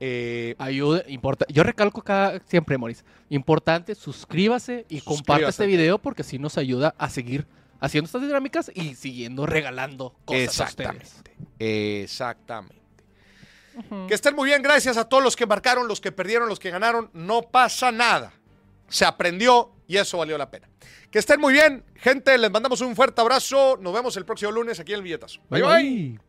A: Eh,
B: Ayuda, importa. Yo recalco acá siempre, Moris. Importante, suscríbase y comparte
A: Suscríbase.
B: este video porque sí nos ayuda a seguir haciendo estas dinámicas y siguiendo regalando cosas a ustedes.
A: exactamente. Exactamente. Que estén muy bien. Gracias a todos los que marcaron, los que perdieron, los que ganaron. No pasa nada. Se aprendió, Y eso valió la pena. Que estén muy bien, gente. Les mandamos un fuerte abrazo. Nos vemos el próximo lunes aquí en el billetazo. bye. bye.